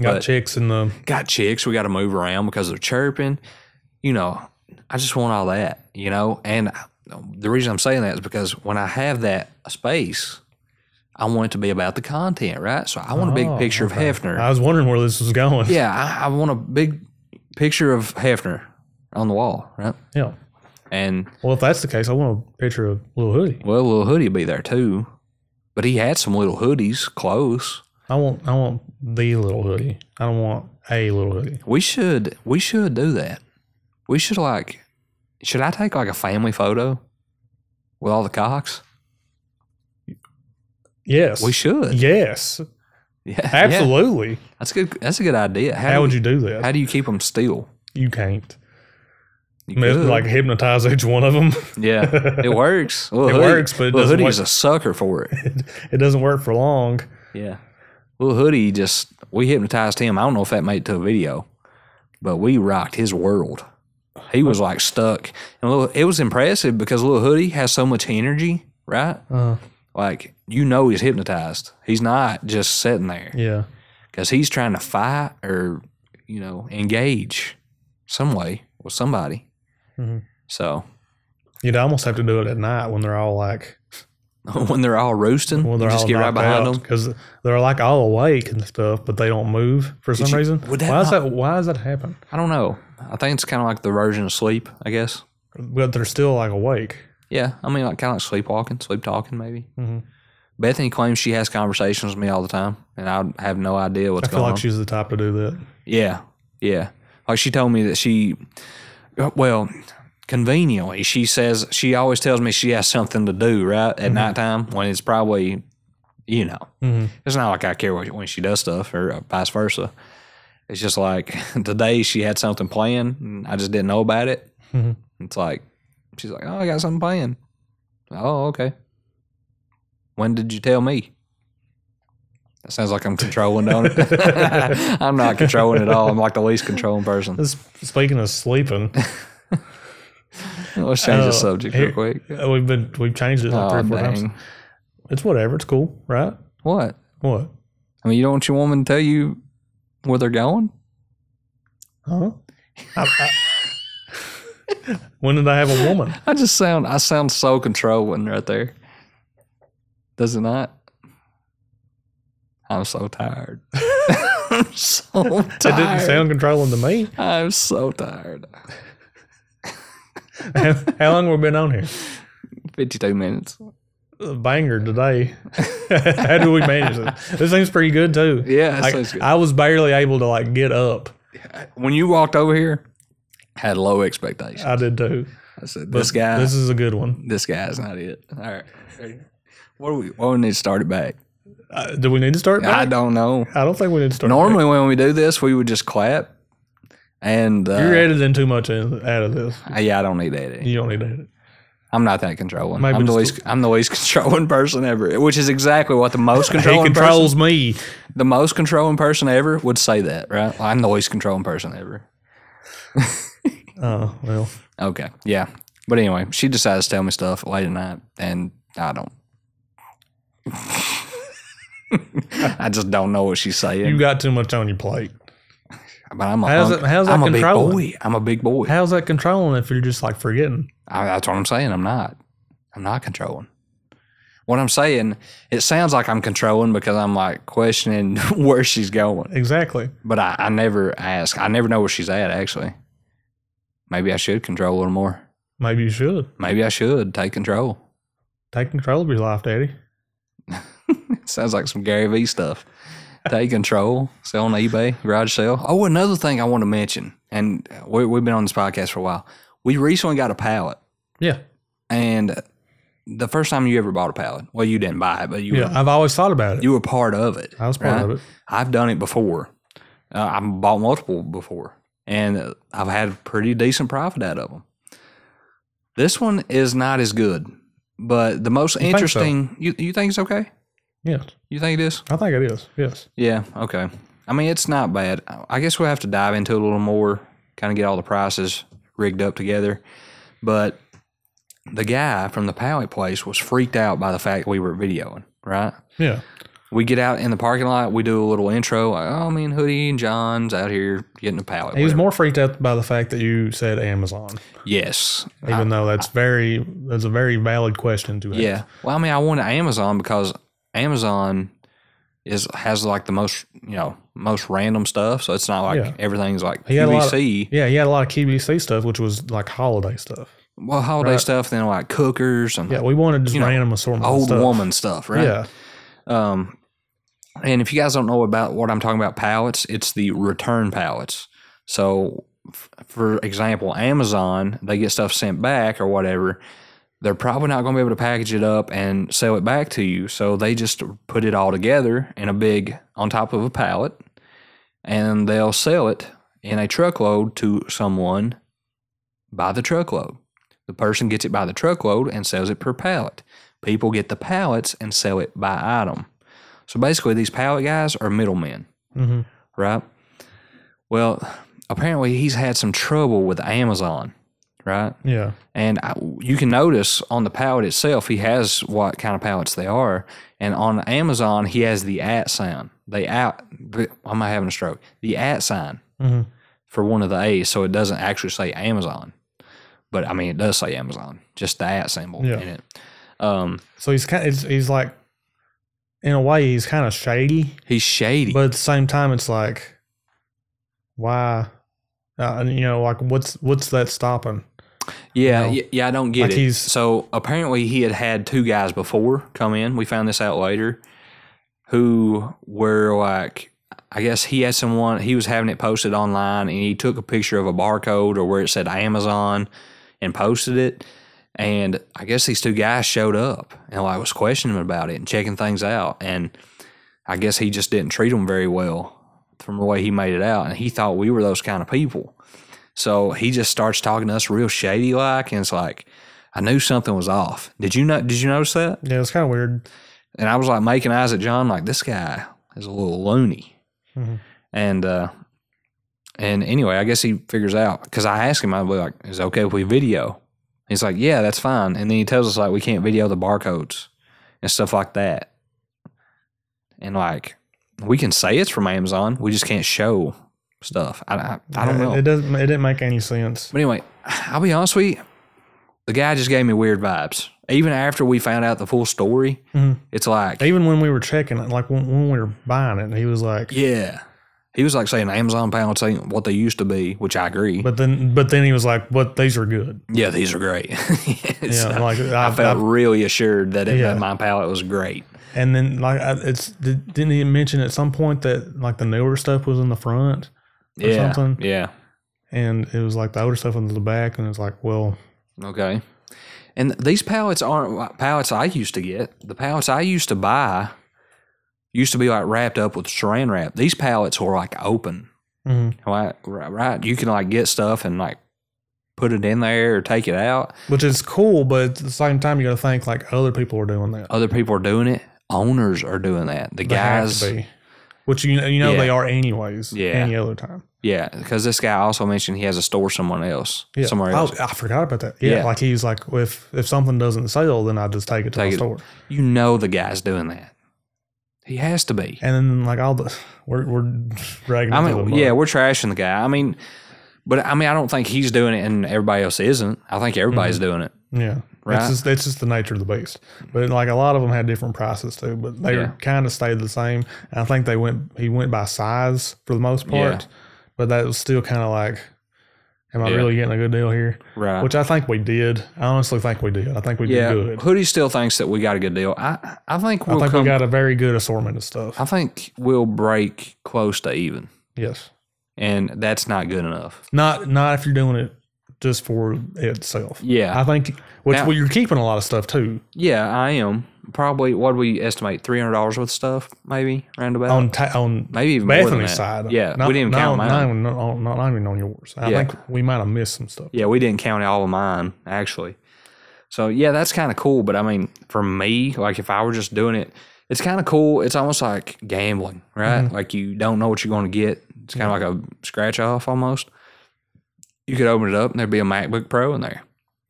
Got
But-
chicks in the
got chicks. We got to move around because they're chirping. You know, I just want all that, you know? And I- the reason I'm saying that is because when I have that space, I want it to be about the content, right? So I want a big
Oh,
picture
okay.
of Hefner.
I was wondering where this was going.
yeah, I, I want a big picture of Hefner on the wall, right?
Yeah.
And,
Well, if that's the case, I want a picture of Little Hoodie.
well, Little Hoodie be there too. But he had some little hoodies, close.
I want I want the Little Hoodie. I don't want a Little Hoodie.
We should we should do that. We should like should I take like a family photo with all the cocks?
Yes.
We should.
Yes.
Yeah, yeah.
Absolutely.
That's good. That's a good idea. How,
How
do
would
you,
you do that?
how do you keep them still?
you can't.
You
I mean,
could.
Like hypnotize each one of them.
yeah, it works. Little
It
hoodie,
works, but it
little
doesn't
hoodie
work.
is a sucker for it.
it doesn't work for long.
yeah, little hoodie just we hypnotized him. I don't know if that made it to a video, but we rocked his world. He was like stuck, and little, it was impressive because little hoodie has so much energy, right?
Uh,
Like you know he's hypnotized. He's not just sitting there
yeah.
because he's trying to fight or you know engage some way with somebody.
Mhm.
So
You'd almost have to do it at night when they're all like
when they're all roosting,
when they're
you just
all
get right behind them.
because they're like all awake and stuff, but they don't move for some
you-
reason.
would that
why is
not-
that? Why does that happen?
I don't know. I think it's kind of like the version of sleep. I guess.
But they're still like awake.
Yeah, I mean, like kind of like sleepwalking, sleep talking, maybe.
Mhm.
Bethany claims she has conversations with me all the time, and I have no idea what's
I feel
going on.
like she's the type to do that.
Yeah, yeah. Like she told me that she, well, conveniently, she says she always tells me she has something to do right at nighttime when it's probably, you know,
Mhm.
it's not like I care what, when she does stuff or uh, vice versa. It's just like today she had something planned and I just didn't know about it.
Mhm.
It's like she's like, oh, I got something planned. Oh, okay. When did you tell me? That sounds like I'm controlling, don't it? I'm not controlling at all. I'm like the least controlling person.
This- Speaking of sleeping,
Let's change the
Oh,
subject real
here-
quick.
we've been we've changed it Oh, like
Oh,
three or four times.
dang.
It's whatever. It's cool, right?
What?
What?
I mean, you don't want your woman to tell you where they're going?
Huh? I, I, when did I have a woman?
I just sound I sound so controlling right there. Does it not? I'm so tired. I'm so tired.
It didn't sound controlling to me.
I'm so tired.
How, how long have we been on here?
52 minutes.
A banger today. how do we manage it? This seems pretty good too.
Yeah, it
Like,
sounds good.
I was barely able to like get up.
When you walked over here, had low expectations.
I did too.
I said, this guy,
Uh, This
this,
is a good one.
guy's not it. All right. What do we, what we need to start it back?
Uh, do we need to start?
I
Back?
don't know.
I, don't think we need to start.
Normally, when we do this, we would just clap. And uh,
back. you're editing too much in, out of this.
yeah, I don't need editing.
You don't need to edit.
I'm not that controlling.
Maybe
I'm the
just-
least. I'm the least controlling person ever, which is exactly what the most
He
controlling
controls me.
person, the most controlling person ever would say that, right? I'm the least controlling person ever.
Oh well,
Okay, yeah. But anyway, she decides to tell me stuff late at night, and I don't. I just don't know what she's saying.
you got too much on your plate.
but I'm a,
How's
hunk-
it- how's that
I'm a big
controlling?
boy. I'm a big boy.
How's that controlling if you're just like forgetting?
I, that's what I'm saying. I'm not. I'm not controlling. What I'm saying, it sounds like I'm controlling because I'm like questioning where she's going.
Exactly.
But I, I never ask. I never know where she's at, actually. Maybe I should control a little more.
Maybe you should
Maybe I should take control.
take control of your life, Daddy.
Sounds like some Gary Vee stuff. Take control, sell on eBay, garage sale. Oh, another thing I want to mention, and we, we've been on this podcast for a while. We recently got a pallet,
Yeah,
and the first time you ever bought a pallet, well, you didn't buy it, but you
yeah. I've always thought about it.
you Uh-huh. were part of it.
I was part of it.
I've done it before. Uh, I've bought multiple before, and uh, I've had a pretty decent profit out of them. This one is not as good, but the most
think so?
interesting. You you think it's okay?
Yes,
You think it is?
I think it is. Yes.
Yeah. Okay. I mean, it's not bad. I I guess we'll have to dive into it a little more, kind of get all the prices rigged up together. But the guy from the pallet place was freaked out by the fact we were videoing, right?
Yeah.
we get out in the parking lot. We do a little intro. Like, oh, me and Hoodie and John's out here getting a pallet.
He was
whatever."
more freaked out by the fact that you said Amazon,
yes.
even though that's very that's a very valid question to ask.
Yeah. Well, I mean, I wanted Amazon because Amazon is has like the most you know most random stuff. So it's not like
Yeah.
everything's like
He had a lot of-
QVC.
Yeah, he had a lot of QVC stuff, which was like holiday stuff.
well, holiday
Right.
stuff, then like cookers and
Yeah, we wanted just
You know,
random assortment of
old
stuff.
woman stuff, right?
Yeah,
Um, and if you guys don't know about what I'm talking about, pallets, it's the return pallets. So, f- for example, Amazon, they get stuff sent back or whatever. They're probably not going to be able to package it up and sell it back to you. So, they just put it all together in a big, on top of a pallet, and they'll sell it in a truckload to someone by the truckload. The person gets it by the truckload and sells it per pallet. People get the pallets and sell it by item. So basically, these pallet guys are middlemen,
hmm
right? Well, apparently, he's had some trouble with Amazon, right?
yeah.
And I, you can notice on the pallet itself, he has what kind of pallets they are. And on Amazon, he has the at sign. They out, am I having a stroke? The at sign
hmm
for one of the A's, so it doesn't actually say Amazon. But I mean, it does say Amazon, just the at symbol
Yeah.
in it. Um,
So he's kind. Of, he's like, in a way, he's kind of shady,
he's shady.
but at the same time, it's like, why? Uh, and, you know, like what's what's that stopping?
yeah,
know,
yeah, yeah, I don't get
like
it.
he's-
so apparently, he had had two guys before come in. We found this out later, who were like, I guess he had someone. He was having it posted online, and he took a picture of a barcode or where it said Amazon, and posted it. And I guess these two guys showed up and like was questioning him about it and checking things out. And I guess he just didn't treat them very well from the way he made it out. And he thought we were those kind of people. So he just starts talking to us real shady like, and it's like, I knew something was off. Did you know? Did you notice that?
Yeah, it's kind of weird.
And I was like making eyes at John, like this guy is a little loony.
Mhm.
And uh, and anyway, I guess he figures out because I asked him, I'd be like, "Is it okay if we video?" He's like, "Yeah, that's fine." And then he tells us like we can't video the barcodes and stuff like that. And like we can say it's from Amazon, we just can't show stuff. I, I, I don't
Yeah,
know.
It doesn't. It didn't make any sense.
But anyway, I'll be honest with you. The guy just gave me weird vibes. Even after we found out the full story,
Mhm.
it's like,
Even when we were checking it, like when, when we were buying it, he was like,
yeah. He was like saying Amazon pounds ain't what they used to be, which I agree.
But then, but then he was like, "But these are good."
yeah, these are great. So
Yeah, like
I
I,
felt
I-
really assured that, it,
Yeah.
that my palate was great.
and then like I, it's did, didn't he mention at some point that like the newer stuff was in the front Or
Yeah.
something.
Yeah.
and it was like the older stuff in the back, and it's like, well,
Okay. And these pallets aren't like pallets I used to get. The pallets I used to buy used to be like wrapped up with saran wrap. These pallets were like open.
mhm.
Right, right, right. You can like get stuff and like put it in there or take it out.
which is cool, but at the same time, you got to think like other people are doing that.
Other people are doing it. Owners are doing that. The
They have to
guys,
be. which you know, you know
Yeah.
they are anyways.
Yeah.
Any other time.
yeah, because this guy also mentioned he has a store someone else,
Yeah. Oh,
somewhere else.
I, I forgot about that. Yeah,
Yeah.
Like he's like, if if something doesn't sell, then I just take it to
Take
the
it.
store.
You know, the guy's doing that. He has to be.
And then like all the we're we're dragging.
I
it to the
mean,
mud.
yeah, we're trashing the guy. I mean, but I mean, I don't think he's doing it and everybody else isn't. I think everybody's doing it.
Yeah.
Right?
Mm-hmm. It's just, it's just the nature of the beast. But like a lot of them had different prices too, but they
Yeah.
kind of stayed the same. And I think they went, he went by size for the most part, but that was still kind of like, am I
Yeah.
really getting a good deal here?
Right.
Which I think we did. I honestly think we did. I think we
yeah.
did good.
Hoodie still thinks that we got a good deal. I, I think
I
we'll
think
come.
we got a very good assortment of stuff.
I think we'll break close to even.
yes.
and that's not good enough.
Not, not if you're doing it just for itself.
Yeah,
I think, which
Now-
well, you're keeping a lot of stuff too
yeah, I am probably what do we estimate three hundred dollars worth of stuff, maybe roundabout,
on, ta- on
maybe even more than
Bethany's
that.
side.
Yeah,
Not-
we didn't
not-
count mine.
Not even, on, not, not even on yours. I
Yeah.
think we might have missed some stuff.
yeah, we didn't count all of mine actually. So yeah, that's kind of cool. But I mean, for me, like if I were just doing it, it's kind of cool. It's almost like gambling, right?
Mm-hmm.
Like you don't know what you're going to get. It's kind of like a scratch off almost. You could open it up and there'd be a MacBook Pro in there.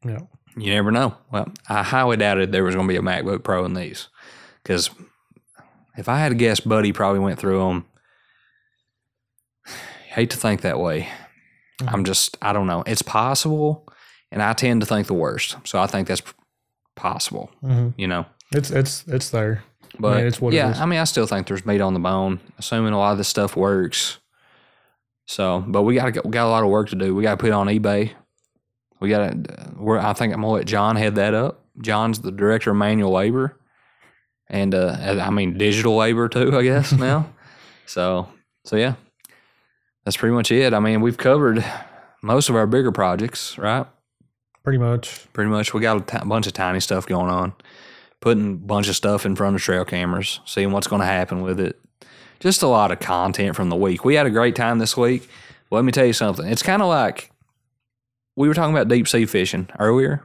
Yeah.
You never know. Well, I highly doubted there was going to be a MacBook Pro in these because if I had to guess, Buddy probably went through them. Hate to think that way. I'm just, I don't know. It's possible, and I tend to think the worst. So I think that's p- possible,
Mhm.
you know?
It's it's it's there.
But
it's what it
yeah,
is.
I mean, I still think there's meat on the bone, assuming a lot of this stuff works. So, but we got we got a lot of work to do. We got to put it on eBay. We got to. We're. I think I'm gonna let John head that up. John's the director of manual labor, and uh, and I mean digital labor too. I guess now. so so yeah, that's pretty much it. I mean, we've covered most of our bigger projects, right?
Pretty much.
pretty much. We got a ti- bunch of tiny stuff going on, putting a bunch of stuff in front of trail cameras, seeing what's going to happen with it. Just a lot of content from the week. We had a great time this week. Let me tell you something. It's kind of like we were talking about deep sea fishing earlier,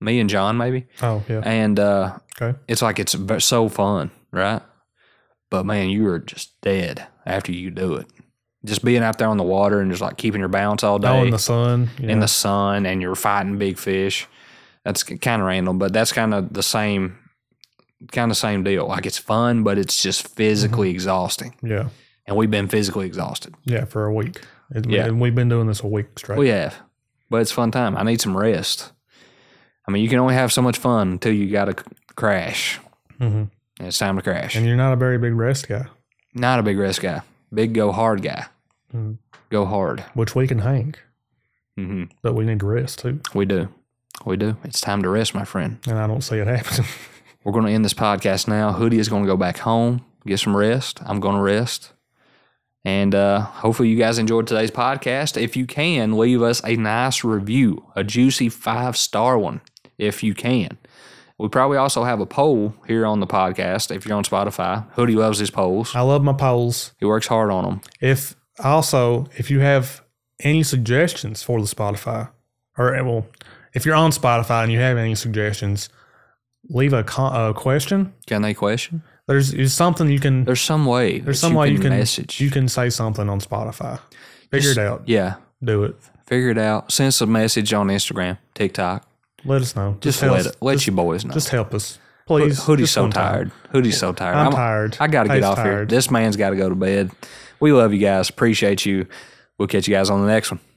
me and John maybe,
Oh yeah.
and uh,
Okay.
it's like it's v- so fun, right? But man, you are just dead after you do it. Just being out there on the water and just like keeping your balance all day
Oh, in the sun.
in the sun and you're fighting big fish. That's kind of random, but that's kind of the same kind of same deal. Like it's fun, but it's just physically exhausting.
yeah
And we've been physically exhausted.
yeah for a week. It-
Yeah. Oh,
And we've been doing this a week straight.
We have. But it's a fun time. I need some rest. I mean, you can only have so much fun until you got to c- crash.
Mhm.
And it's time to crash.
And you're not a very big rest guy,
Not a big rest guy. Big go hard guy.
Mhm.
Go hard.
which we can hang,
hmm
but we need to rest too.
We do. We do. It's time to rest, my friend.
And I don't see it happening.
We're going to end this podcast now. Hoodie is going to go back home, get some rest. I'm going to rest. And uh, hopefully, you guys enjoyed today's podcast. If you can, leave us a nice review, a juicy five star one, if you can. We probably also have a poll here on the podcast. If you're on Spotify, Hoodie loves his polls.
I love my polls.
He works hard on them.
If also if you have any suggestions for the Spotify, or eh, well, if you're on Spotify and you have any suggestions, leave a, co- a question.
Can they question?
There's, there's something you can
There's some way.
There's
that
some way you can
message.
you can say something on Spotify. Figure it out.
yeah,
Do it.
figure it out. Send us a message on Instagram, TikTok.
Let us know.
Just
tell
let
us-
let
just,
you boys know.
just help us. Please.
Hoodie's
just
so
one time.
tired. Hoodie's so tired.
I'm tired.
I got to get
Hayes
off here.
tired.
This man's got to go to bed. We love you guys. Appreciate you. We'll catch you guys on the next one.